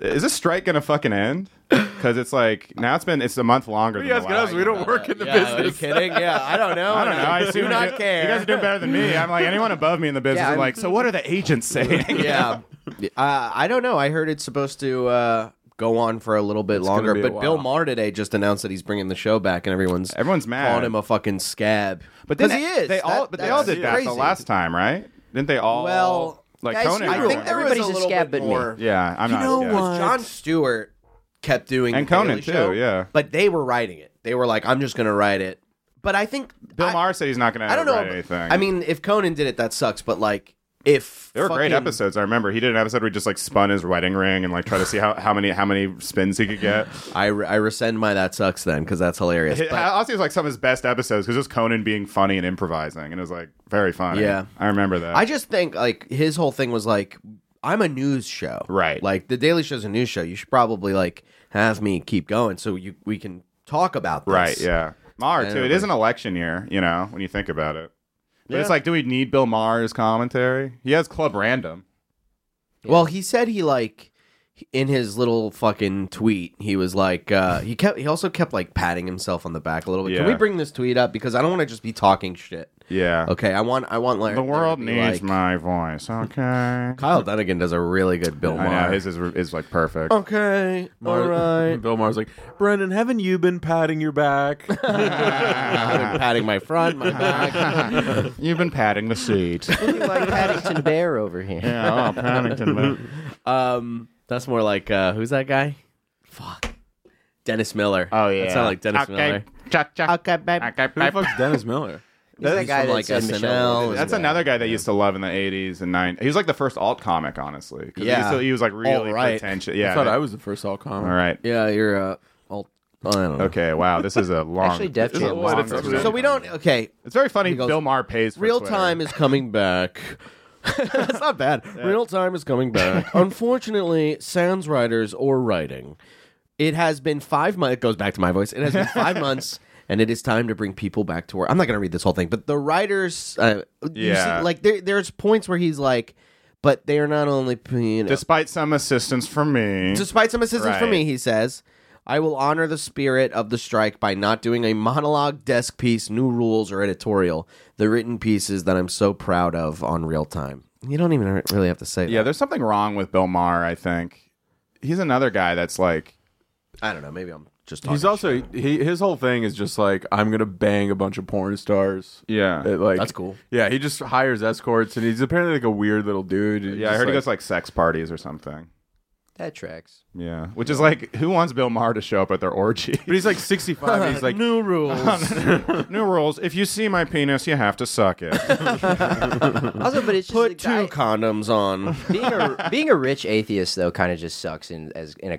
S3: is this strike gonna fucking end? Because it's like now it's been it's a month longer.
S2: You
S3: than
S2: guys,
S3: the
S2: guys,
S3: last
S2: we don't work in the
S1: Are you
S2: business.
S1: kidding? Yeah, I don't know.
S3: I don't know. I assume
S1: do not
S3: you,
S1: care.
S3: You guys are doing better than me. I'm like anyone above me in the business.
S4: Yeah,
S3: I'm
S4: I'm-
S3: like, so what are the agents saying?
S1: yeah. Uh, I don't know. I heard it's supposed to uh, go on for a little bit longer,
S2: be a
S1: but Bill
S2: while.
S1: Maher today just announced that he's bringing the show back, and everyone's
S3: Everyone's mad.
S1: calling him a fucking scab.
S3: But then
S1: because he is.
S3: They all,
S1: That-
S3: but they all
S1: that's
S3: did that
S1: crazy.
S3: the last time, right? Didn't they all?
S1: Well,
S3: like
S4: guys,
S3: Conan.
S1: I
S3: did
S1: think
S3: that,
S1: there
S3: right?
S1: was a
S4: Everybody's a
S1: little
S4: scab
S1: bit
S4: but me.
S1: more.
S3: Yeah, I'm
S1: You
S3: not.
S1: know
S3: yeah.
S1: what? John Stewart kept doing
S3: And
S1: the Daily
S3: Conan, too,
S1: Show,
S3: yeah.
S1: But they were writing it. They were like, "I'm just going to write it." But I think
S3: Bill
S1: I-
S3: Maher said he's not going to.
S1: I don't know.
S3: write anything.
S1: I mean, if Conan did it, that sucks. But like, if
S3: There were
S1: fucking-
S3: great episodes. I remember he did an episode where he just like spun his wedding ring and like tried to see how, how many how many spins he could get.
S1: I, re- I rescind my that sucks then because that's hilarious.
S3: It-
S1: But
S3: also, it was like some of his best episodes because it was Conan being funny and improvising, and it was like very funny.
S1: Yeah.
S3: I remember that.
S1: I just think like his whole thing was like, I'm a news show,
S3: Right.
S1: Like the Daily Show's a news show. You should probably like have me keep going so you we can talk about this.
S3: right, yeah. Maher too.
S1: don't
S3: It is an election year, you know, when you think about it. But it's like, do we need Bill Maher's commentary? He has Club Random.
S1: Well, he said he like in his little fucking tweet, he was like uh he kept he also kept like patting himself on the back a little bit. Can
S3: Yeah.
S1: we bring this tweet up because I don't want to just be talking shit.
S3: Yeah.
S1: Okay, I want I want like
S3: The world
S1: there to be,
S3: needs
S1: like-
S3: my voice. Okay.
S1: Kyle Dunnigan does a really good Bill
S3: I know
S1: Maher.
S3: his is, is like perfect.
S1: okay, all right.
S2: Bill Maher's like, Brendan, haven't you been patting your back?
S1: I've been patting my front, my back.
S3: You've been patting the seat.
S4: like Paddington Bear over here.
S3: yeah, oh, Paddington.
S1: Um, that's more like uh, who's that guy? Fuck, Dennis Miller.
S3: Oh yeah,
S1: that sounded like Dennis Miller.
S3: Chuck, Chuck.
S9: Okay, babe.
S3: Okay,
S2: Who the fuck's Dennis Miller?
S4: that
S1: He's
S4: guy
S1: from,
S4: that
S1: like
S4: said Michelle
S1: SNL.
S4: Obama.
S1: and-
S3: That's another guy that used to love in the '80s and '90s. He was like the first alt comic, honestly. 'cause
S1: Yeah.
S3: he, used to- he was like really
S1: Alt right.
S3: pretentious.
S2: I
S3: Yeah,
S2: thought I was the first all comic.
S3: all right.
S1: Yeah, you're uh, all. I don't know.
S3: Okay, wow, this is a long.
S4: Actually, Def
S3: this is a
S4: Jam
S3: long
S4: was
S2: on first.
S3: episode.
S1: So we don't. Okay,
S3: It's very funny.
S1: He goes,
S3: Bill Maher pays for
S1: real
S3: Twitter."
S1: time is coming back. That's not bad. Real time is coming back. Unfortunately, sans writers or writing. It has been five months. It goes back to my voice. It has been five months, and it is time to bring people back to work. I'm not going to read this whole thing, but the writers, uh, you
S3: Yeah.
S1: see, like there, there's points where he's like, but they are not only you know,
S3: Despite some assistance from me,
S1: Despite some assistance from
S3: Right.
S1: me, he says, I will honor the spirit of the strike by not doing a monologue, desk piece, new rules, or editorial. The written pieces that I'm so proud of on real time. You don't even really have to say
S3: yeah, there's something wrong with Bill Maher. I think he's another guy that's
S1: that.
S3: like
S1: I don't know. Maybe I'm just talking.
S2: He's also he his whole thing is just like I'm gonna bang a bunch of porn stars.
S3: Yeah.
S2: It, like
S1: That's cool.
S2: Yeah, he just hires escorts, and he's apparently like a weird little dude. and
S3: Yeah, I
S2: just,
S3: heard he goes to, like sex parties or something.
S4: That tracks.
S3: Yeah, which is like, who wants Bill Maher to show up at their orgy?
S2: But he's like 65. and he's like,
S1: new rules.
S3: New rules: if you see my penis, you have to suck it.
S4: Also, but it's just
S1: Put
S4: like,
S1: two
S4: I-
S1: condoms on.
S4: being a being a rich atheist though kind of just sucks in as in a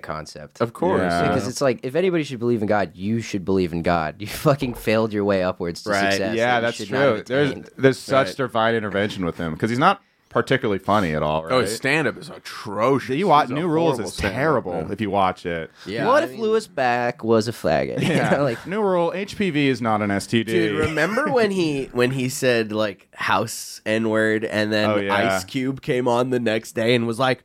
S4: concept.
S2: of course.
S3: Yeah.
S4: because it's like if anybody should believe in God, you should believe in God. You fucking failed your way upwards to success. that
S3: Yeah,
S4: you
S3: that's
S4: should not have
S3: true. There's
S4: attained.
S3: there's such divine intervention with him because he's not particularly funny at all. Right?
S2: Oh, his stand up is atrocious.
S3: you watch
S2: He's a
S3: New Rules
S2: horrible
S3: is
S2: stand-up.
S3: terrible
S2: Yeah.
S3: if you watch it.
S1: Yeah,
S4: what
S1: I
S4: if
S1: mean-
S4: Lewis Back was a faggot? You
S3: Yeah.
S4: know, like
S3: New Rule: HPV is not an STD.
S1: Dude, remember when he when he said like house n word, and then
S3: Oh, yeah.
S1: Ice Cube came on the next day and was like,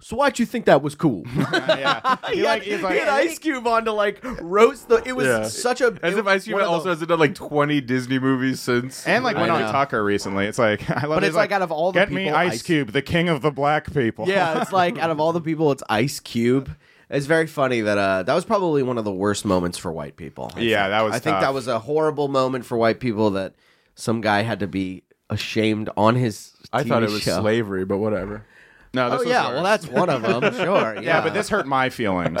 S1: "So why'd you think that was cool?"
S3: yeah, he,
S1: he,
S3: like,
S1: had,
S3: he's like-
S1: he had Ice Cube on to like roast the. It was
S2: Yeah.
S1: such a.
S2: As
S1: it-
S2: if Ice Cube
S1: one of
S2: also
S1: the-
S2: hasn't done like 20 Disney movies since.
S3: And like went
S1: I
S3: on
S1: know.
S3: Tucker recently. It's like I love.
S1: But
S3: it.
S1: it's like, out of all the
S3: get me
S1: people,
S3: Ice
S1: Ice-
S3: Cube, the king of the black people.
S1: Yeah, it's like out of all the people, it's Ice Cube. It's very funny that uh, that was probably one of the worst moments for white people. I
S3: Yeah,
S1: think.
S3: that was
S1: I think
S3: tough.
S1: that was a horrible moment for white people that some guy had to be ashamed on his.
S2: I
S1: TV
S2: thought it was
S1: show.
S2: slavery, but whatever.
S3: no, this
S1: Oh
S3: was
S1: yeah,
S3: worse.
S1: well that's one of them. Sure. Yeah,
S3: yeah, but this hurt my feelings.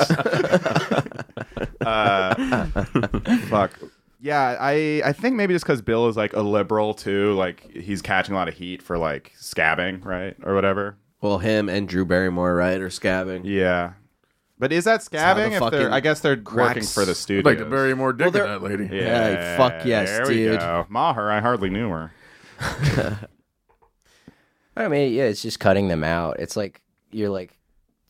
S3: uh, fuck. Yeah, I I think maybe just because Bill is like a liberal too, like he's catching a lot of heat for like scabbing, right, or whatever.
S1: Well, him and Drew Barrymore, right, are scabbing.
S3: Yeah, but is that
S1: how the
S3: scabbing? If
S1: fucking
S3: they're, I guess they're working
S1: cracks-
S3: for the studio.
S2: Like to bury more dick
S1: Well,
S2: in that lady.
S1: Hey, fuck yes,
S3: there we
S1: dude.
S3: go. Maher, I hardly knew her.
S4: I mean, yeah, it's just cutting them out. It's like you're like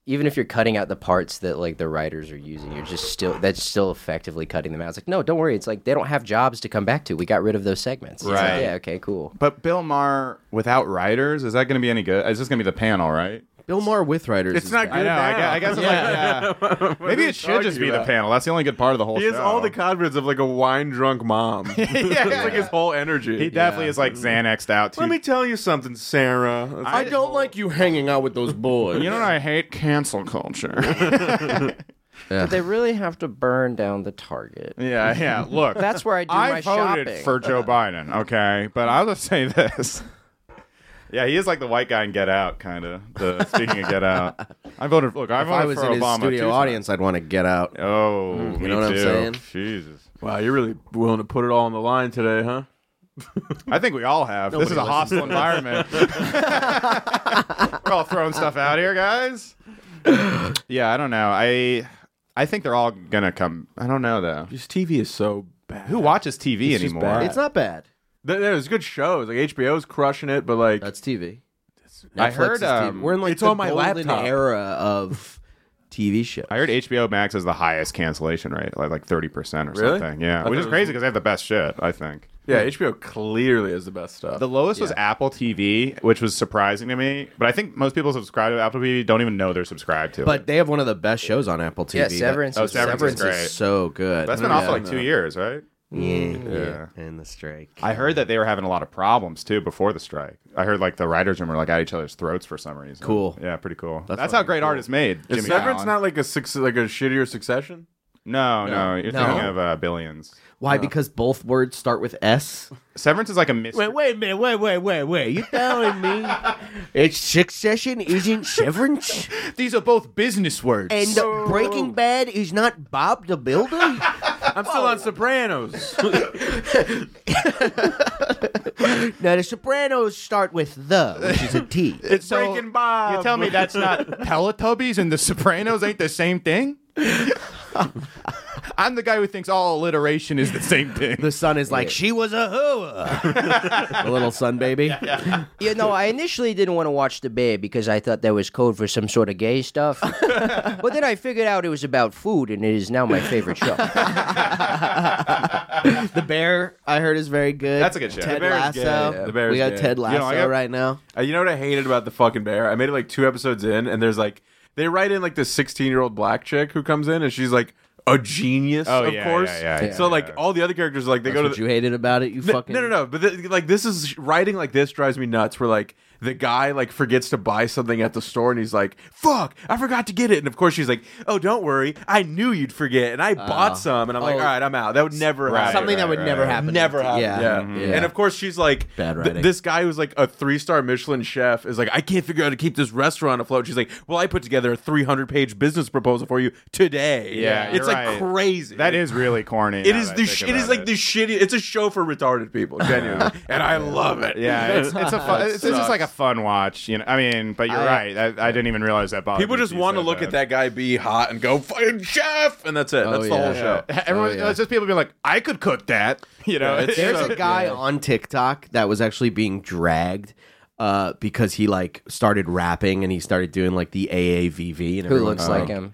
S4: even if you're cutting out the parts that like the writers are using, you're just still that's still effectively cutting them out. It's like no, don't worry. It's like they don't have jobs to come back to. We got rid of those segments. It's like,
S3: Right.
S4: yeah. Okay. Cool.
S3: But Bill Maher without writers, is that going to be any good? Is this going to be the panel, right?
S1: Bill Maher with writers.
S2: It's
S1: is
S2: not
S1: back.
S3: I know. I guess,
S2: now.
S3: I guess it's like, yeah. Maybe
S2: are you
S3: it should just
S2: talking
S3: be
S2: about?
S3: the panel. That's the only good part of the whole
S2: He
S3: show.
S2: has all the confidence of like a wine drunk mom. yeah, it's like his whole energy.
S3: He definitely is like Xanaxed out too.
S2: Let me tell you something, Sarah.
S1: I don't like you hanging out with those boys.
S3: you know what I hate? Cancel culture.
S4: But they really have to burn down the Target.
S3: yeah, yeah. Look,
S9: That's where I do
S3: I
S9: my
S3: voted
S9: shopping.
S3: for Joe Biden. Okay, but I'll just say this. Yeah, he is like the white guy in Get Out, kind of. The speaking of Get Out, I voted. Look, I
S1: If
S3: voted
S1: I was
S3: for
S1: in his
S3: Obama.
S1: studio
S3: too, so-
S1: audience, I'd want to get out.
S3: Oh, me
S1: Mm, you know what I'm
S3: too.
S1: saying?
S3: Jesus.
S2: Wow, you're really willing to put it all on the line today, huh?
S3: I think we all have. this is a hostile environment. We're all throwing stuff out here, guys. Yeah, I don't know. I I think they're all gonna come. I don't know though.
S2: This TV is so bad.
S3: Who watches TV
S2: It's just
S3: anymore?
S2: bad.
S1: It's not bad.
S2: There- There's good shows. Like HBO's crushing it, but like
S1: That's TV.
S3: I
S1: Netflix
S3: heard,
S1: is TV.
S3: um,
S1: we're in like
S2: it's
S1: the
S2: on my
S1: golden
S2: laptop.
S1: era of TV shows.
S3: I heard HBO Max is the highest cancellation rate, like like thirty percent or
S2: Really?
S3: something. Yeah,
S2: I
S3: which
S2: thought
S3: is
S2: it was-
S3: crazy because they have the best shit. I think
S2: yeah, HBO clearly is the best stuff.
S3: the lowest was Apple TV, which was surprising to me. But I think most people subscribe to Apple TV don't even know they're subscribed to
S1: but
S3: it.
S1: they have one of the best shows on Apple TV.
S4: Yeah, Severance.
S3: Oh,
S4: is-
S3: Severance is great.
S1: so good.
S3: That's
S2: Mm,
S3: been off for like two years, right?
S1: yeah,
S3: Yeah.
S1: and the strike.
S3: I heard that they were having a lot of problems too before the strike. I heard like the writers' room were like at each other's throats for some reason.
S1: Cool.
S3: Yeah, pretty cool. That's, how great art is made.
S2: is
S3: Jimmy
S2: Severance
S3: Fallon.
S2: not like a six, like a shittier Succession?
S3: No, no, you're
S1: No.
S3: thinking of uh, billions.
S1: Why? Because both words start with S.
S3: Severance is like a mystery.
S1: wait a minute. Wait, wait, wait, wait. You telling me it's Succession isn't Severance?
S3: These are both business words.
S9: And Breaking Bad is not Bob the Builder?
S2: I'm still on Sopranos.
S1: Now the Sopranos start with the, which is a T.
S3: It's
S2: Breaking Bob.
S3: You tell me that's not Teletubbies and The Sopranos ain't the same thing? I'm the guy who thinks all alliteration is the same thing.
S1: The son is like, she was a hooah. the little son baby.
S4: You know, I initially didn't want to watch the bear because I thought that was code for some sort of gay stuff. but then I figured out it was about food, and it is now my favorite show.
S1: The bear, I heard, is very good.
S3: That's a good show.
S1: Ted
S3: The Bear is
S1: Lasso.
S2: good. The Bear
S1: we
S2: is
S1: got
S2: good.
S1: Ted
S2: You know,
S1: Lasso
S2: I got-
S1: right now.
S2: Uh, you know what I hated about the fucking bear? I made it like two episodes in, and there's like they write in like this 16 year old black chick who comes in, and she's like a genius,
S3: Oh,
S2: of
S3: yeah,
S2: course.
S3: yeah, yeah,
S2: so
S3: yeah.
S2: like all the other characters are like they go to
S1: What
S2: the,
S1: you hated about it, you
S2: Th-
S1: fucking.
S2: No, no, no. But th- like this is writing like this drives me nuts. Where like the guy like forgets to buy something at the store and he's like, "Fuck, I forgot to get it." And of course she's like, "Oh, don't worry, I knew you'd forget, and I bought some." And I'm like,
S1: Oh.
S2: "All right, I'm out. That would never happen.
S1: Something that
S3: right,
S1: would
S3: right,
S1: never
S3: right.
S1: happen.
S2: Never
S1: to-
S2: happened.
S1: Yeah.
S2: Yeah.
S1: yeah.
S2: And of course she's like,
S1: Bad
S2: th-
S1: writing.
S2: this guy who's like a three star Michelin chef is like, "I can't figure out how to keep this restaurant afloat." She's like, "Well, I put together a 300 page business proposal for you today."
S3: Yeah,
S2: it's
S3: you're
S2: like
S3: right.
S2: crazy.
S3: That is really corny.
S2: It
S3: now
S2: is
S3: that I
S2: the
S3: think
S2: sh- it
S3: about
S2: is like
S3: it.
S2: the shitty. It's a show for retarded people, genuinely, and I love it.
S3: Yeah, it's, it's a fun, it's, it's just
S2: sucks.
S3: like a fun watch. You know, I mean, but you're right. I, I didn't even realize that. bothered
S2: people
S3: me
S2: just
S3: till you
S2: want to
S3: said
S2: look at that guy be hot and go fucking chef, and that's it. That's the
S1: Oh, yeah.
S2: whole show.
S3: Yeah.
S4: Oh,
S3: Everyone, it's just people being like, I could cook that. You know,
S2: Yeah,
S3: It's
S2: it's-
S1: There's
S3: so-
S1: a guy on TikTok that was actually being dragged uh, because he like started rapping and he started doing like the AAVV and
S4: Who
S1: everyone
S4: looks like him?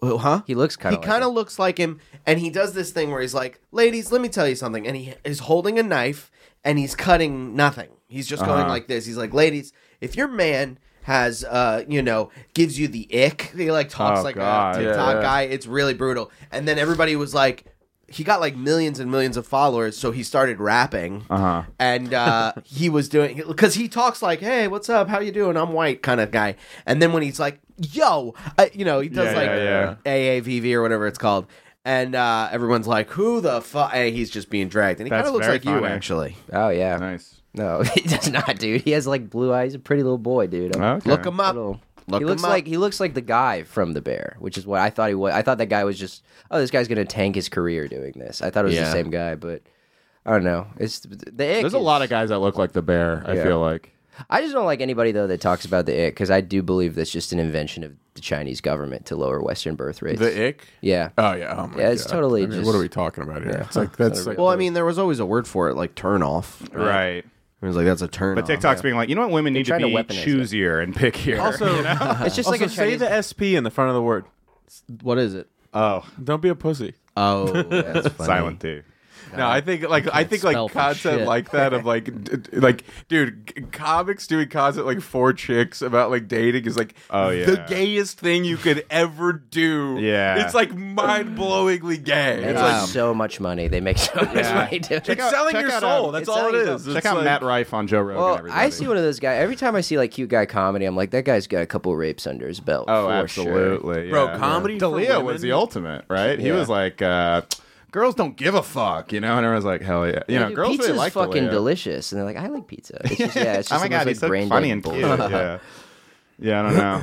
S1: Who, huh?
S4: He looks kind
S1: he
S4: of.
S1: kind of looks like him, and he does this thing where he's like, "Ladies, let me tell you something," and he is holding a knife and he's cutting nothing. He's just
S3: Uh-huh.
S1: going like this. He's like, "Ladies, if your man." Has uh you know gives you the ick. He like talks
S3: Oh,
S1: like
S3: God.
S1: a
S3: Yeah,
S1: TikTok
S2: yeah.
S1: guy. It's really brutal. And then everybody was like, he got like millions and millions of followers, so he started rapping.
S3: Uh-huh.
S1: And uh, he was doing because he talks like, "Hey, what's up? How you doing? I'm white," kind of guy. And then when he's like, "Yo," uh, you know, he does
S3: Yeah,
S1: like
S3: yeah,
S1: AAVV or whatever it's called, and uh, everyone's like, "Who the fuck?" And he's just being dragged, and he kind
S3: That's
S1: of looks
S3: very
S1: like you
S3: funny.
S1: actually.
S4: Oh yeah.
S3: nice.
S4: No, he does not, dude. He has like blue eyes. He's a pretty little boy, dude. I'm
S3: Okay.
S1: Look him up.
S4: little-
S1: Look
S4: he looks
S1: him up.
S4: like he looks like the guy from The Bear, which is what I thought he was. I thought that guy was just oh, this guy's gonna tank his career doing this. I thought it was
S1: Yeah.
S4: the same guy, but I don't know. It's the ick
S3: There's a
S4: is-
S3: lot of guys that look like the bear. I
S4: Yeah.
S3: feel like.
S4: I just don't like anybody though that talks about the ick because I do believe that's just an invention of the Chinese government to lower Western birth rates.
S2: The ick.
S4: yeah,
S3: Uh,
S2: Oh yeah. Oh my
S4: Yeah, it's
S2: God.
S4: totally
S2: I mean,
S4: just-
S2: What are we talking about here? It's like that's like.
S1: well, I mean, there was always a word for it, like turn off.
S3: Right.
S1: It was like that's a turn.
S3: But TikTok's being like, you know what? Women need to
S4: trying to
S3: be
S4: weaponize it.
S3: choosier and pickier.
S2: also,
S4: it's just
S2: also
S4: like a
S2: say
S4: Chinese.
S2: the SP in the front of the word.
S1: what is it?
S3: oh,
S2: Don't be a pussy.
S1: Oh, that's funny.
S3: silent D.
S2: No, I think like I think
S1: spell
S2: like
S1: for
S2: content
S1: shit.
S2: like that of like d- d- like dude, g- comics doing content like four chicks about like dating is like
S3: Oh, yeah.
S2: the gayest thing you could ever do.
S3: Yeah.
S2: it's like mind blowingly gay.
S4: They
S2: It's
S4: make
S2: like
S4: so much money. They make so much money. Dude.
S2: it's selling
S3: check
S2: your
S3: out,
S2: soul.
S3: um,
S2: That's
S4: it's
S2: all it
S4: selling your
S2: is.
S3: Check
S2: It's
S3: out
S2: like-
S3: Matt Rife on Joe Rogan.
S4: Well,
S3: everybody.
S4: I see one of those guys every time I see like cute guy comedy. I'm like, that guy's got a couple rapes under his belt.
S3: Oh,
S4: for Sure.
S3: absolutely,
S2: Bro,
S3: yeah.
S2: comedy for
S3: D'Elia was
S2: women?
S3: the ultimate, right? He
S4: Yeah.
S3: was like, uh, "Girls don't give a fuck," you know, and everyone's like, "Hell yeah!" You know,
S4: Dude,
S3: girls
S4: pizza's
S3: really like
S4: fucking
S3: D'Elia.
S4: delicious, and they're like, "I like pizza." It's just, yeah, it's just
S3: oh my
S4: the
S3: god,
S4: most, like,
S3: he's so
S4: brain
S3: funny
S4: dead
S3: and cute.
S4: bullshit.
S3: Yeah, yeah, I don't know.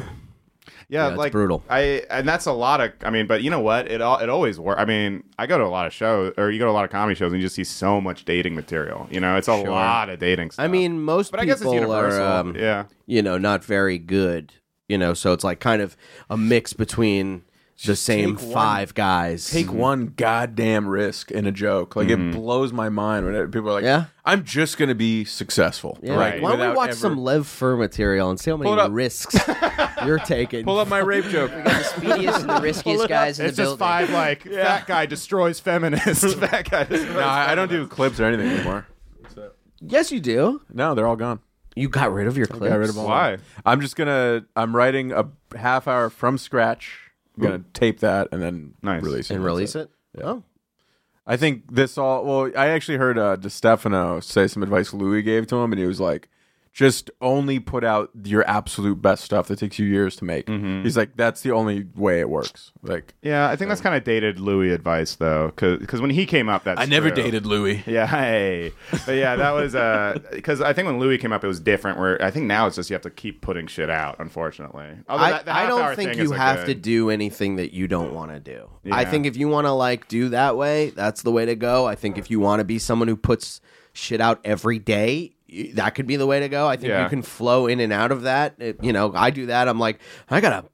S3: Yeah, like
S1: brutal.
S3: I and that's a lot of. I mean, but you know what? It all it always works. I mean, I go to a lot of shows, or you go to a lot of comedy shows, and you just see so much dating material. You know, it's a lot of dating stuff.
S1: I mean, most
S3: but I
S1: people
S3: guess it's universal.
S1: are, um,
S3: yeah,
S1: you know, not very good. You know, so it's like kind of a mix between the same
S2: take one-
S1: five guys.
S2: Take one goddamn risk in a joke. Like it blows my mind when people are like,
S1: Mm-hmm. Yeah.
S2: "I'm just gonna be successful."
S1: Yeah,
S3: Right.
S1: like, why don't we
S2: Without
S1: watch
S2: ever-
S1: some Lev Fur material and see how
S2: Pull it
S1: many
S2: up.
S1: risks you're taking?
S2: Pull up my rape joke.
S4: the speediest and the riskiest guys in
S3: it's
S4: the
S3: just
S4: building.
S3: five like fat guy destroys feminists. fat guy destroys.
S2: no, I, I don't do clips or anything anymore.
S1: yes, you do.
S2: No, they're all gone.
S1: You got rid of your clips.
S2: Got rid of all.
S3: Why?
S2: of them. I'm just gonna. I'm writing a half hour from scratch. I'm gonna tape that and then
S3: Nice.
S2: release it.
S1: and release it. Oh,
S2: I think this all. Well, I actually heard uh, DeStefano say some advice Louis gave to him, and he was like, just only put out your absolute best stuff that takes you years to make. He's like, that's the only way it works. Like,
S3: Yeah, I think that's kind of dated Louis advice though, because when he came up, that's true.
S2: Louis.
S3: Yeah, hey. but yeah, that was because I think when Louis came up, it was different. Where I think now it's just you have to keep putting shit out. Unfortunately, Although
S1: I,
S3: that- the
S1: I
S3: half-hour
S1: don't think
S3: thing
S1: you
S3: is a
S1: have
S3: good-
S1: to do anything that you don't want to do. I
S3: Yeah.
S1: think if you want to like do that way, that's the way to go. I think if you want to be someone who puts shit out every day, y- that could be the way to go. I think
S3: Yeah.
S1: you can flow in and out of that. It- you know, I do that. I'm like, I gotta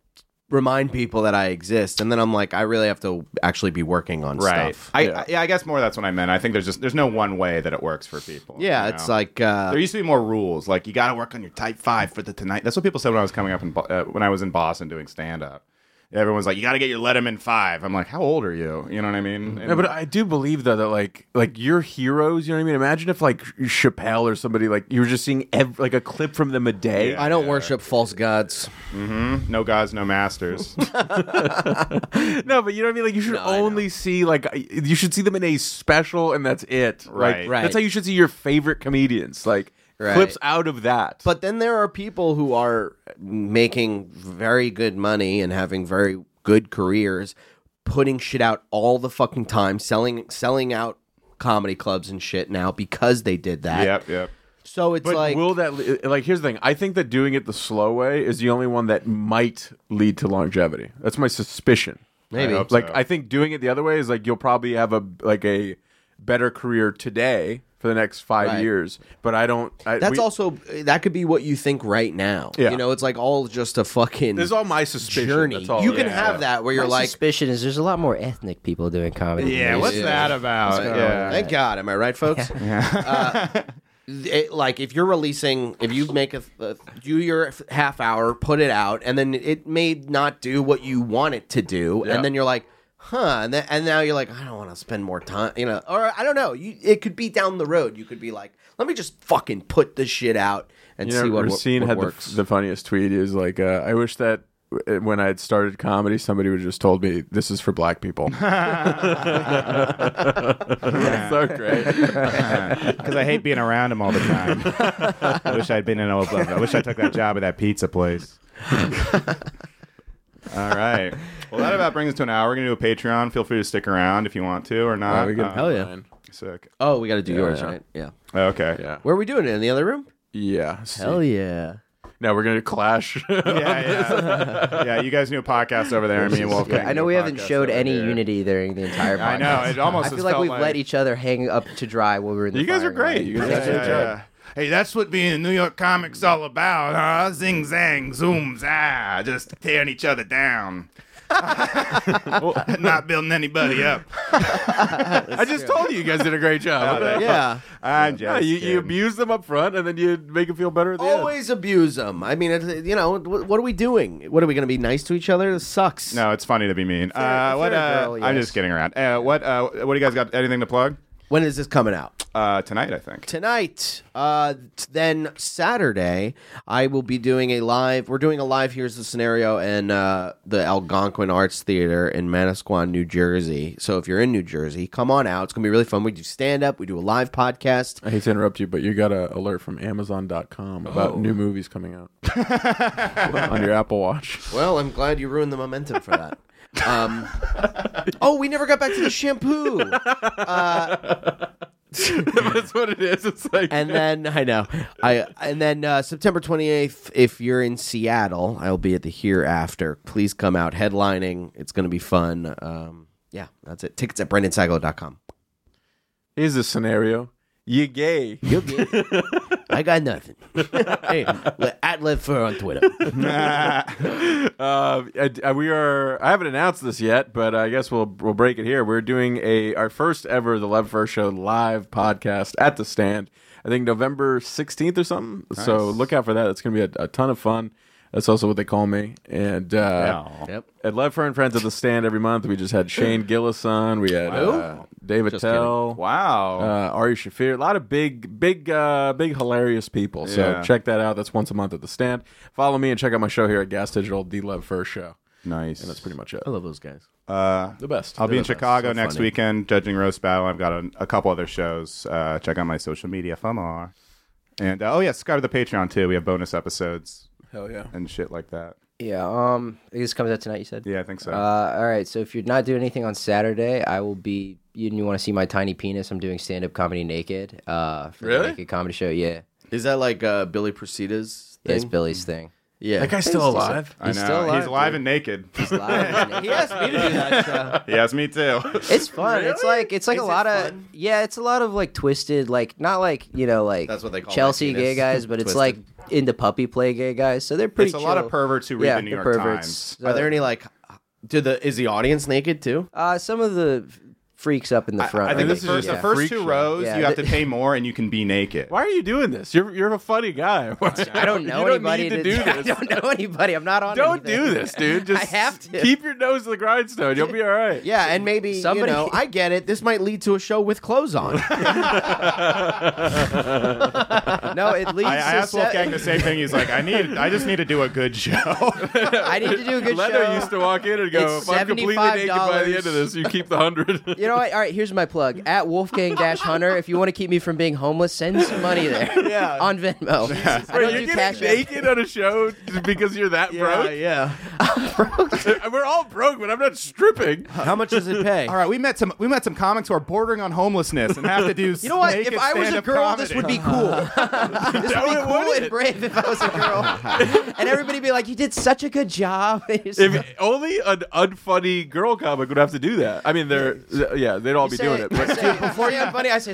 S1: remind people that I exist, and then I'm like, I really have to actually be working on
S3: right.
S1: stuff.
S3: I, I yeah, I guess more that's what I meant. I think there's just there's no one way that it works for people.
S1: yeah,
S3: you
S1: it's
S3: know?
S1: like uh,
S3: There used to be more rules, like you got to work on your type five for the tonight. That's what people said when I was coming up in Bo- uh, when I was in Boston doing stand up. Everyone's like, you got to get your Letterman five. I'm like, how old are you? You know what I mean?
S2: No, but I do believe though that like like your heroes, you know what I mean. Imagine if like Chappelle or somebody like you were just seeing ev- like a clip from them a day.
S3: Yeah.
S1: I don't worship false gods.
S3: no gods, no masters.
S2: No, but you know what I mean. Like you should only see like I- you should see them in a special, and that's it.
S3: Right.
S2: like,
S1: Right.
S2: That's how you should see your favorite comedians. Like
S1: Right.
S2: clips out of that.
S1: But then there are people who are making very good money and having very good careers, putting shit out all the fucking time, selling selling out comedy clubs and shit now because they did that.
S3: yep, yep.
S1: So it's
S2: But
S1: like
S2: will that li- like? Here's the thing. I think that doing it the slow way is the only one that might lead to longevity. That's my suspicion.
S1: Maybe. I hope
S2: like
S3: so.
S2: I think doing it the other way is like you'll probably have a like a better career today for the next five
S1: Right.
S2: years. But I don't. I,
S1: that's
S2: we-
S1: also that could be what you think right now.
S2: Yeah.
S1: You know, it's like all just a fucking
S2: This is all my suspicion.
S1: journey.
S2: That's all.
S1: you can
S2: Yeah.
S1: have that where you're
S4: My
S1: like,
S4: suspicion is there's a lot more ethnic people doing comedy. than
S3: Yeah,
S4: there
S3: what's
S4: is-
S3: that about?
S2: Uh,
S3: yeah.
S1: thank God, am I right, folks? Uh, it, like if you're releasing if you make a, a do your f- half hour put it out and then it may not do what you want it to do
S2: Yeah.
S1: and then you're like huh and, then, and now you're like i don't want to spend more time you know or i don't know you, it could be down the road you could be like let me just fucking put this shit out and
S2: You know,
S1: see what, what,
S2: Racine
S1: what
S2: had
S1: works
S2: The, the funniest tweet is like, uh, "I wish that w- when I had started comedy, somebody would have just told me this is for black people." so great.
S3: Because I hate being around him all the time. I wish I'd been in a. I wish I took that job at that pizza place. all right. Well, that about brings us to an hour. We're gonna do a Patreon. Feel free to stick around if you want to or not.
S2: we can-
S3: Uh,
S2: hell
S1: yeah.
S3: Sick.
S1: oh we gotta do yours
S2: yeah.
S1: right yeah
S3: Okay.
S2: Yeah.
S1: where are we doing it in the other room
S2: Yeah. see.
S1: hell yeah
S2: Now we're gonna clash.
S3: Yeah, yeah. Yeah, You guys knew a podcast over there. Me and Wolfgang.
S4: I
S3: do
S4: know
S3: a
S4: we haven't
S3: podcast
S4: showed
S3: over
S4: any
S3: here.
S4: unity during the entire podcast.
S3: I know. It almost.
S4: I
S3: has
S4: feel like
S3: felt
S4: we've let each other hang up to dry while we were in the
S2: You guys are
S4: firing
S2: great.
S4: line.
S2: You guys
S4: Yeah,
S2: are great.
S4: yeah, yeah.
S3: Hey, that's what being a New York comic's all about, huh? Zing zang, zooms, ah, just tearing each other down. Not building anybody up.
S2: I just told you you guys did a great job.
S1: yeah
S3: I'm just
S2: Yeah, you, you
S3: kidding.
S2: abuse them up front, and then you make them feel better. At the end.
S1: always abuse them i mean it, you know wh- what are we doing what are we gonna be nice to each other this sucks
S3: No, it's funny to be mean. Uh, what? Uh,
S4: girl,
S3: I'm
S4: yes.
S3: just kidding around. Uh, what? Uh, what do you guys got? Anything to plug?
S1: when is this coming out
S3: Uh, tonight, I think.
S1: tonight uh t- then saturday i will be doing a live we're doing a live here's the scenario in uh the algonquin arts theater in manasquan new jersey so if you're in new jersey come on out it's gonna be really fun we do stand up we do a live podcast
S2: I hate to interrupt you, but you got an alert from Amazon.com
S1: Oh.
S2: about new movies coming out on your Apple Watch.
S1: well i'm glad you ruined the momentum for that um oh we never got back to the shampoo
S2: That's what it is. It's like
S1: and then I know I and then uh, September 28th if you're in Seattle I'll be at the hereafter please come out headlining it's going to be fun um, yeah that's it tickets at brandonsaglo.com
S2: here's a scenario: you gay.
S1: You'll get it. I got nothing hey le- at Lev Fur on Twitter
S2: Uh, I- I- we are. I haven't announced this yet, but I guess we'll we'll break it here. We're doing a our first ever the Love First Show live podcast at the stand. I think November sixteenth or something. So look out for that. It's gonna be a, a ton of fun. That's also what they call me. And uh,
S1: yep
S2: at Love Fern Friends at the stand every month, we just had Shane Gillis on. We had uh, David Tell.
S3: Wow.
S2: Uh, Ari Shafir, a lot of big, big, uh, big, hilarious people. So
S3: Yeah.
S2: check that out. That's once a month at the stand. Follow me and check out my show here at Gas Digital, D Love First Show.
S3: nice.
S2: And that's pretty much it.
S1: I love those guys
S3: Uh,
S2: The best.
S3: I'll be in
S2: They're the best.
S3: Chicago
S2: So
S3: next
S2: funny.
S3: weekend judging roast battle. I've got a, a couple other shows. Uh, check out my social media. FOMO. And uh, oh yeah, subscribe to the Patreon too. We have bonus episodes
S2: Hell yeah.
S3: and shit like that.
S4: Yeah. Um. This comes out tonight. You said.
S3: Yeah, I think so.
S4: Uh, all right. So if you're not doing anything on Saturday, I will be. You, you want to see my tiny penis? I'm doing stand up comedy naked. Uh, for the
S2: Really?
S4: naked comedy show. Yeah.
S1: Is that like uh, Billy Procita's
S4: yeah it's
S1: thing?
S4: Billy's thing.
S1: Yeah.
S2: That guy's still alive.
S3: I know.
S4: he's still alive,
S3: he's live
S4: dude.
S3: and naked.
S4: Live and naked.
S3: yes, me too.
S4: It's fun. It's like it's like
S1: Is
S4: a
S1: it
S4: lot of
S1: fun?
S4: yeah. It's a lot of like twisted, like not like you know like
S1: That's what they call my
S4: Chelsea
S1: penis.
S4: gay guys, but it's like into puppy play gay guys. So they're pretty.
S3: It's a lot
S4: chill.
S3: of perverts who read
S4: yeah,
S3: the New
S4: they're
S3: York
S4: perverts.
S1: Are there any like? Do the is the audience naked too?
S4: Uh, some of the f- freaks up in the front.
S2: I think
S4: are
S2: this is
S4: naked,
S3: First,
S2: Yeah.
S3: The first
S2: Freak
S3: two
S2: show.
S3: rows,
S4: Yeah,
S3: you have
S4: the-
S3: to pay more, and you can be naked.
S2: Why are you doing this? You're you're a funny guy.
S4: I don't know
S2: you don't
S4: anybody
S2: need
S4: to
S2: to do
S4: I
S2: this.
S4: don't know anybody. I'm not on.
S2: Don't
S4: anything.
S2: do this, dude. Just
S4: I have to.
S2: keep your nose to the grindstone. You'll be all right.
S1: Yeah, and maybe
S4: Somebody-
S1: you know. I get it. This might lead to a show with clothes on.
S4: No, it leads.
S3: I, I
S4: to
S3: asked
S4: se-
S3: Wolfgang the same thing. He's like, I need, I just need to do a good show.
S4: I need to do a good
S2: Leather
S4: show.
S2: used to walk in and go,
S4: It's
S2: if I'm completely naked by
S4: $75.
S2: the end of this, you keep the hundred.
S4: you know what? All right, here's my plug. At Wolfgang Dash Hunter, if you want to keep me from being homeless, send some money there.
S1: Yeah.
S4: On Venmo. I
S2: Wait,
S4: don't
S2: you're
S4: do
S2: getting
S4: cash. App.
S2: naked on a show because you're that
S1: Uh, yeah.
S2: broke? We're all broke, but I'm not stripping.
S1: How much does it pay?
S3: All right, we met some, we met some comics who are bordering on homelessness and have to do.
S4: You know what? If I was a girl, this would be cool. this would
S2: it
S4: be cool and
S2: wouldn't.
S4: brave if I was a girl. and everybody would be like, "You did such a good job." You're so-
S2: If only an unfunny girl comic would have to do that. I mean, they're yeah, they'd all be
S4: say-
S2: doing it. But
S4: say- before you have money, I say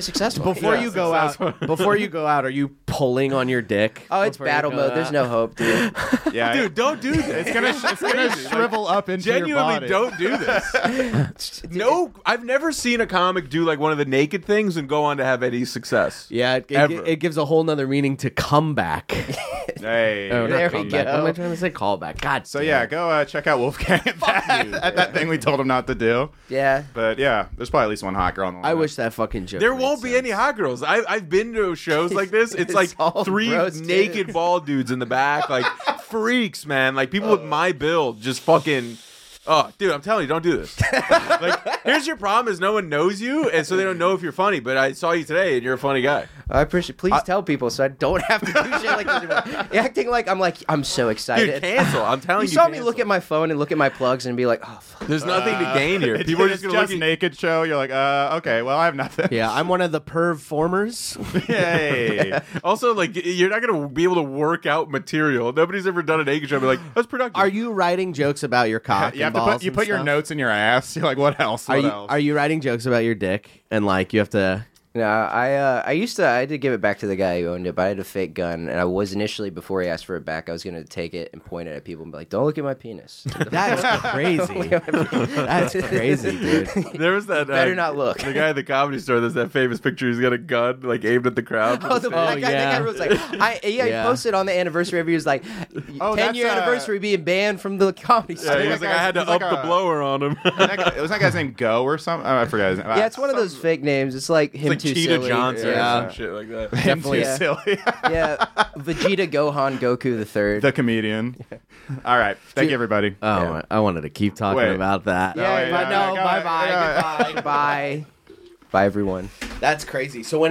S4: successful.
S1: Before
S4: Yeah.
S1: you go out, before you go out, are you pulling on your dick?
S4: Oh, it's
S1: Before you
S4: battle
S1: go
S4: mode.
S1: out?
S4: There's no hope, dude.
S3: yeah,
S2: dude, don't do this.
S3: It's gonna, it's gonna shrivel up into
S2: Genuinely,
S3: your
S2: don't do this. no, I've never seen a comic do like one of the naked things and go on to have any success.
S1: Yeah, it, it,
S2: Ever.
S1: it gives a whole nother meaning to comeback.
S3: body. Hey.
S1: Oh, not
S4: There we
S1: comeback.
S4: go.
S1: What am I trying to say? Callback. God.
S3: So yeah, go uh, check out Wolfgang at that, at that thing we told him not to do.
S4: Yeah.
S3: But yeah, there's probably at least one hot girl on the
S1: I
S3: lineup.
S1: wish that fucking joke.
S2: There
S1: made
S2: won't be
S1: sense.
S2: any hot girls. I, I've been to shows like this. It's,
S4: It's
S2: like
S4: all
S2: three
S4: gross dudes.
S2: naked bald dudes in the back, like freaks, man. Like people with my build, just fucking. Oh, dude, I'm telling you, don't do this. like, here's your problem: is no one knows you, and so they don't know if you're funny. But I saw you today, and you're a funny guy.
S4: I appreciate. Please tell people so I don't have to do shit like this. Anymore. Acting like I'm like I'm so excited.
S2: Dude, cancel. I'm telling
S4: you
S2: you.
S4: saw me
S2: cancel.
S4: look at my phone and look at my plugs and be like, "Oh, fuck.
S2: There's nothing to gain here.
S3: It's-
S2: People are
S3: it's
S2: just gonna look at
S3: naked show. You're like, uh, okay, well, I have nothing.
S1: Yeah, I'm one of the perv formers.
S3: Yay.
S2: Also, like you're not gonna be able to work out material. Nobody's ever done an egg show. and Be like, that's productive.
S1: Are you writing jokes about your cock?
S3: you have
S1: and
S3: to put
S1: balls
S3: you
S1: and
S3: put your
S1: stuff?
S3: notes in your ass. You're like, what else?
S1: Are
S3: What
S1: you
S3: else?
S1: are you writing jokes about your dick and like you have to?
S4: No, I uh, I used to I did give it back to the guy who owned it, but I had a fake gun, and I was initially before he asked for it back, I was gonna take it and point it at people and be like, "Don't look at my penis."
S1: That's crazy. That's crazy, dude.
S2: There was that.
S4: better
S2: uh,
S4: not look.
S2: The guy at the comedy store. There's that famous picture. He's got a gun like aimed at the crowd.
S4: Oh, the,
S1: Oh,
S4: that guy, that
S1: yeah.
S4: guy was like, I, yeah,
S1: Yeah.
S4: he posted on the anniversary review. He was like, 10
S3: that's,
S4: year
S3: uh,
S4: anniversary being banned from the comedy store.
S2: yeah,
S4: Yeah,
S2: he
S3: that
S2: was like, I
S3: guy's-
S2: had to
S3: he's
S2: up
S3: like a-
S2: the blower on him.
S3: that guy, was that guy's name Go or something? Oh, I forgot his name.
S4: it's one of those fake names. It's like him
S2: like
S4: too
S2: Cheetah
S4: silly.
S2: Johnson
S4: Yeah.
S2: or some shit like that.
S3: Definitely
S4: Yeah.
S3: silly.
S4: yeah, Vegeta, Gohan, Goku the third.
S3: the comedian. All right. Thank you, everybody.
S1: Oh, I wanted to keep talking
S3: Wait.
S1: about that.
S4: yeah,
S3: yeah,
S4: but
S3: yeah,
S4: no,
S3: yeah,
S4: bye bye,
S3: yeah.
S4: goodbye, bye, bye, everyone.
S1: That's crazy. So when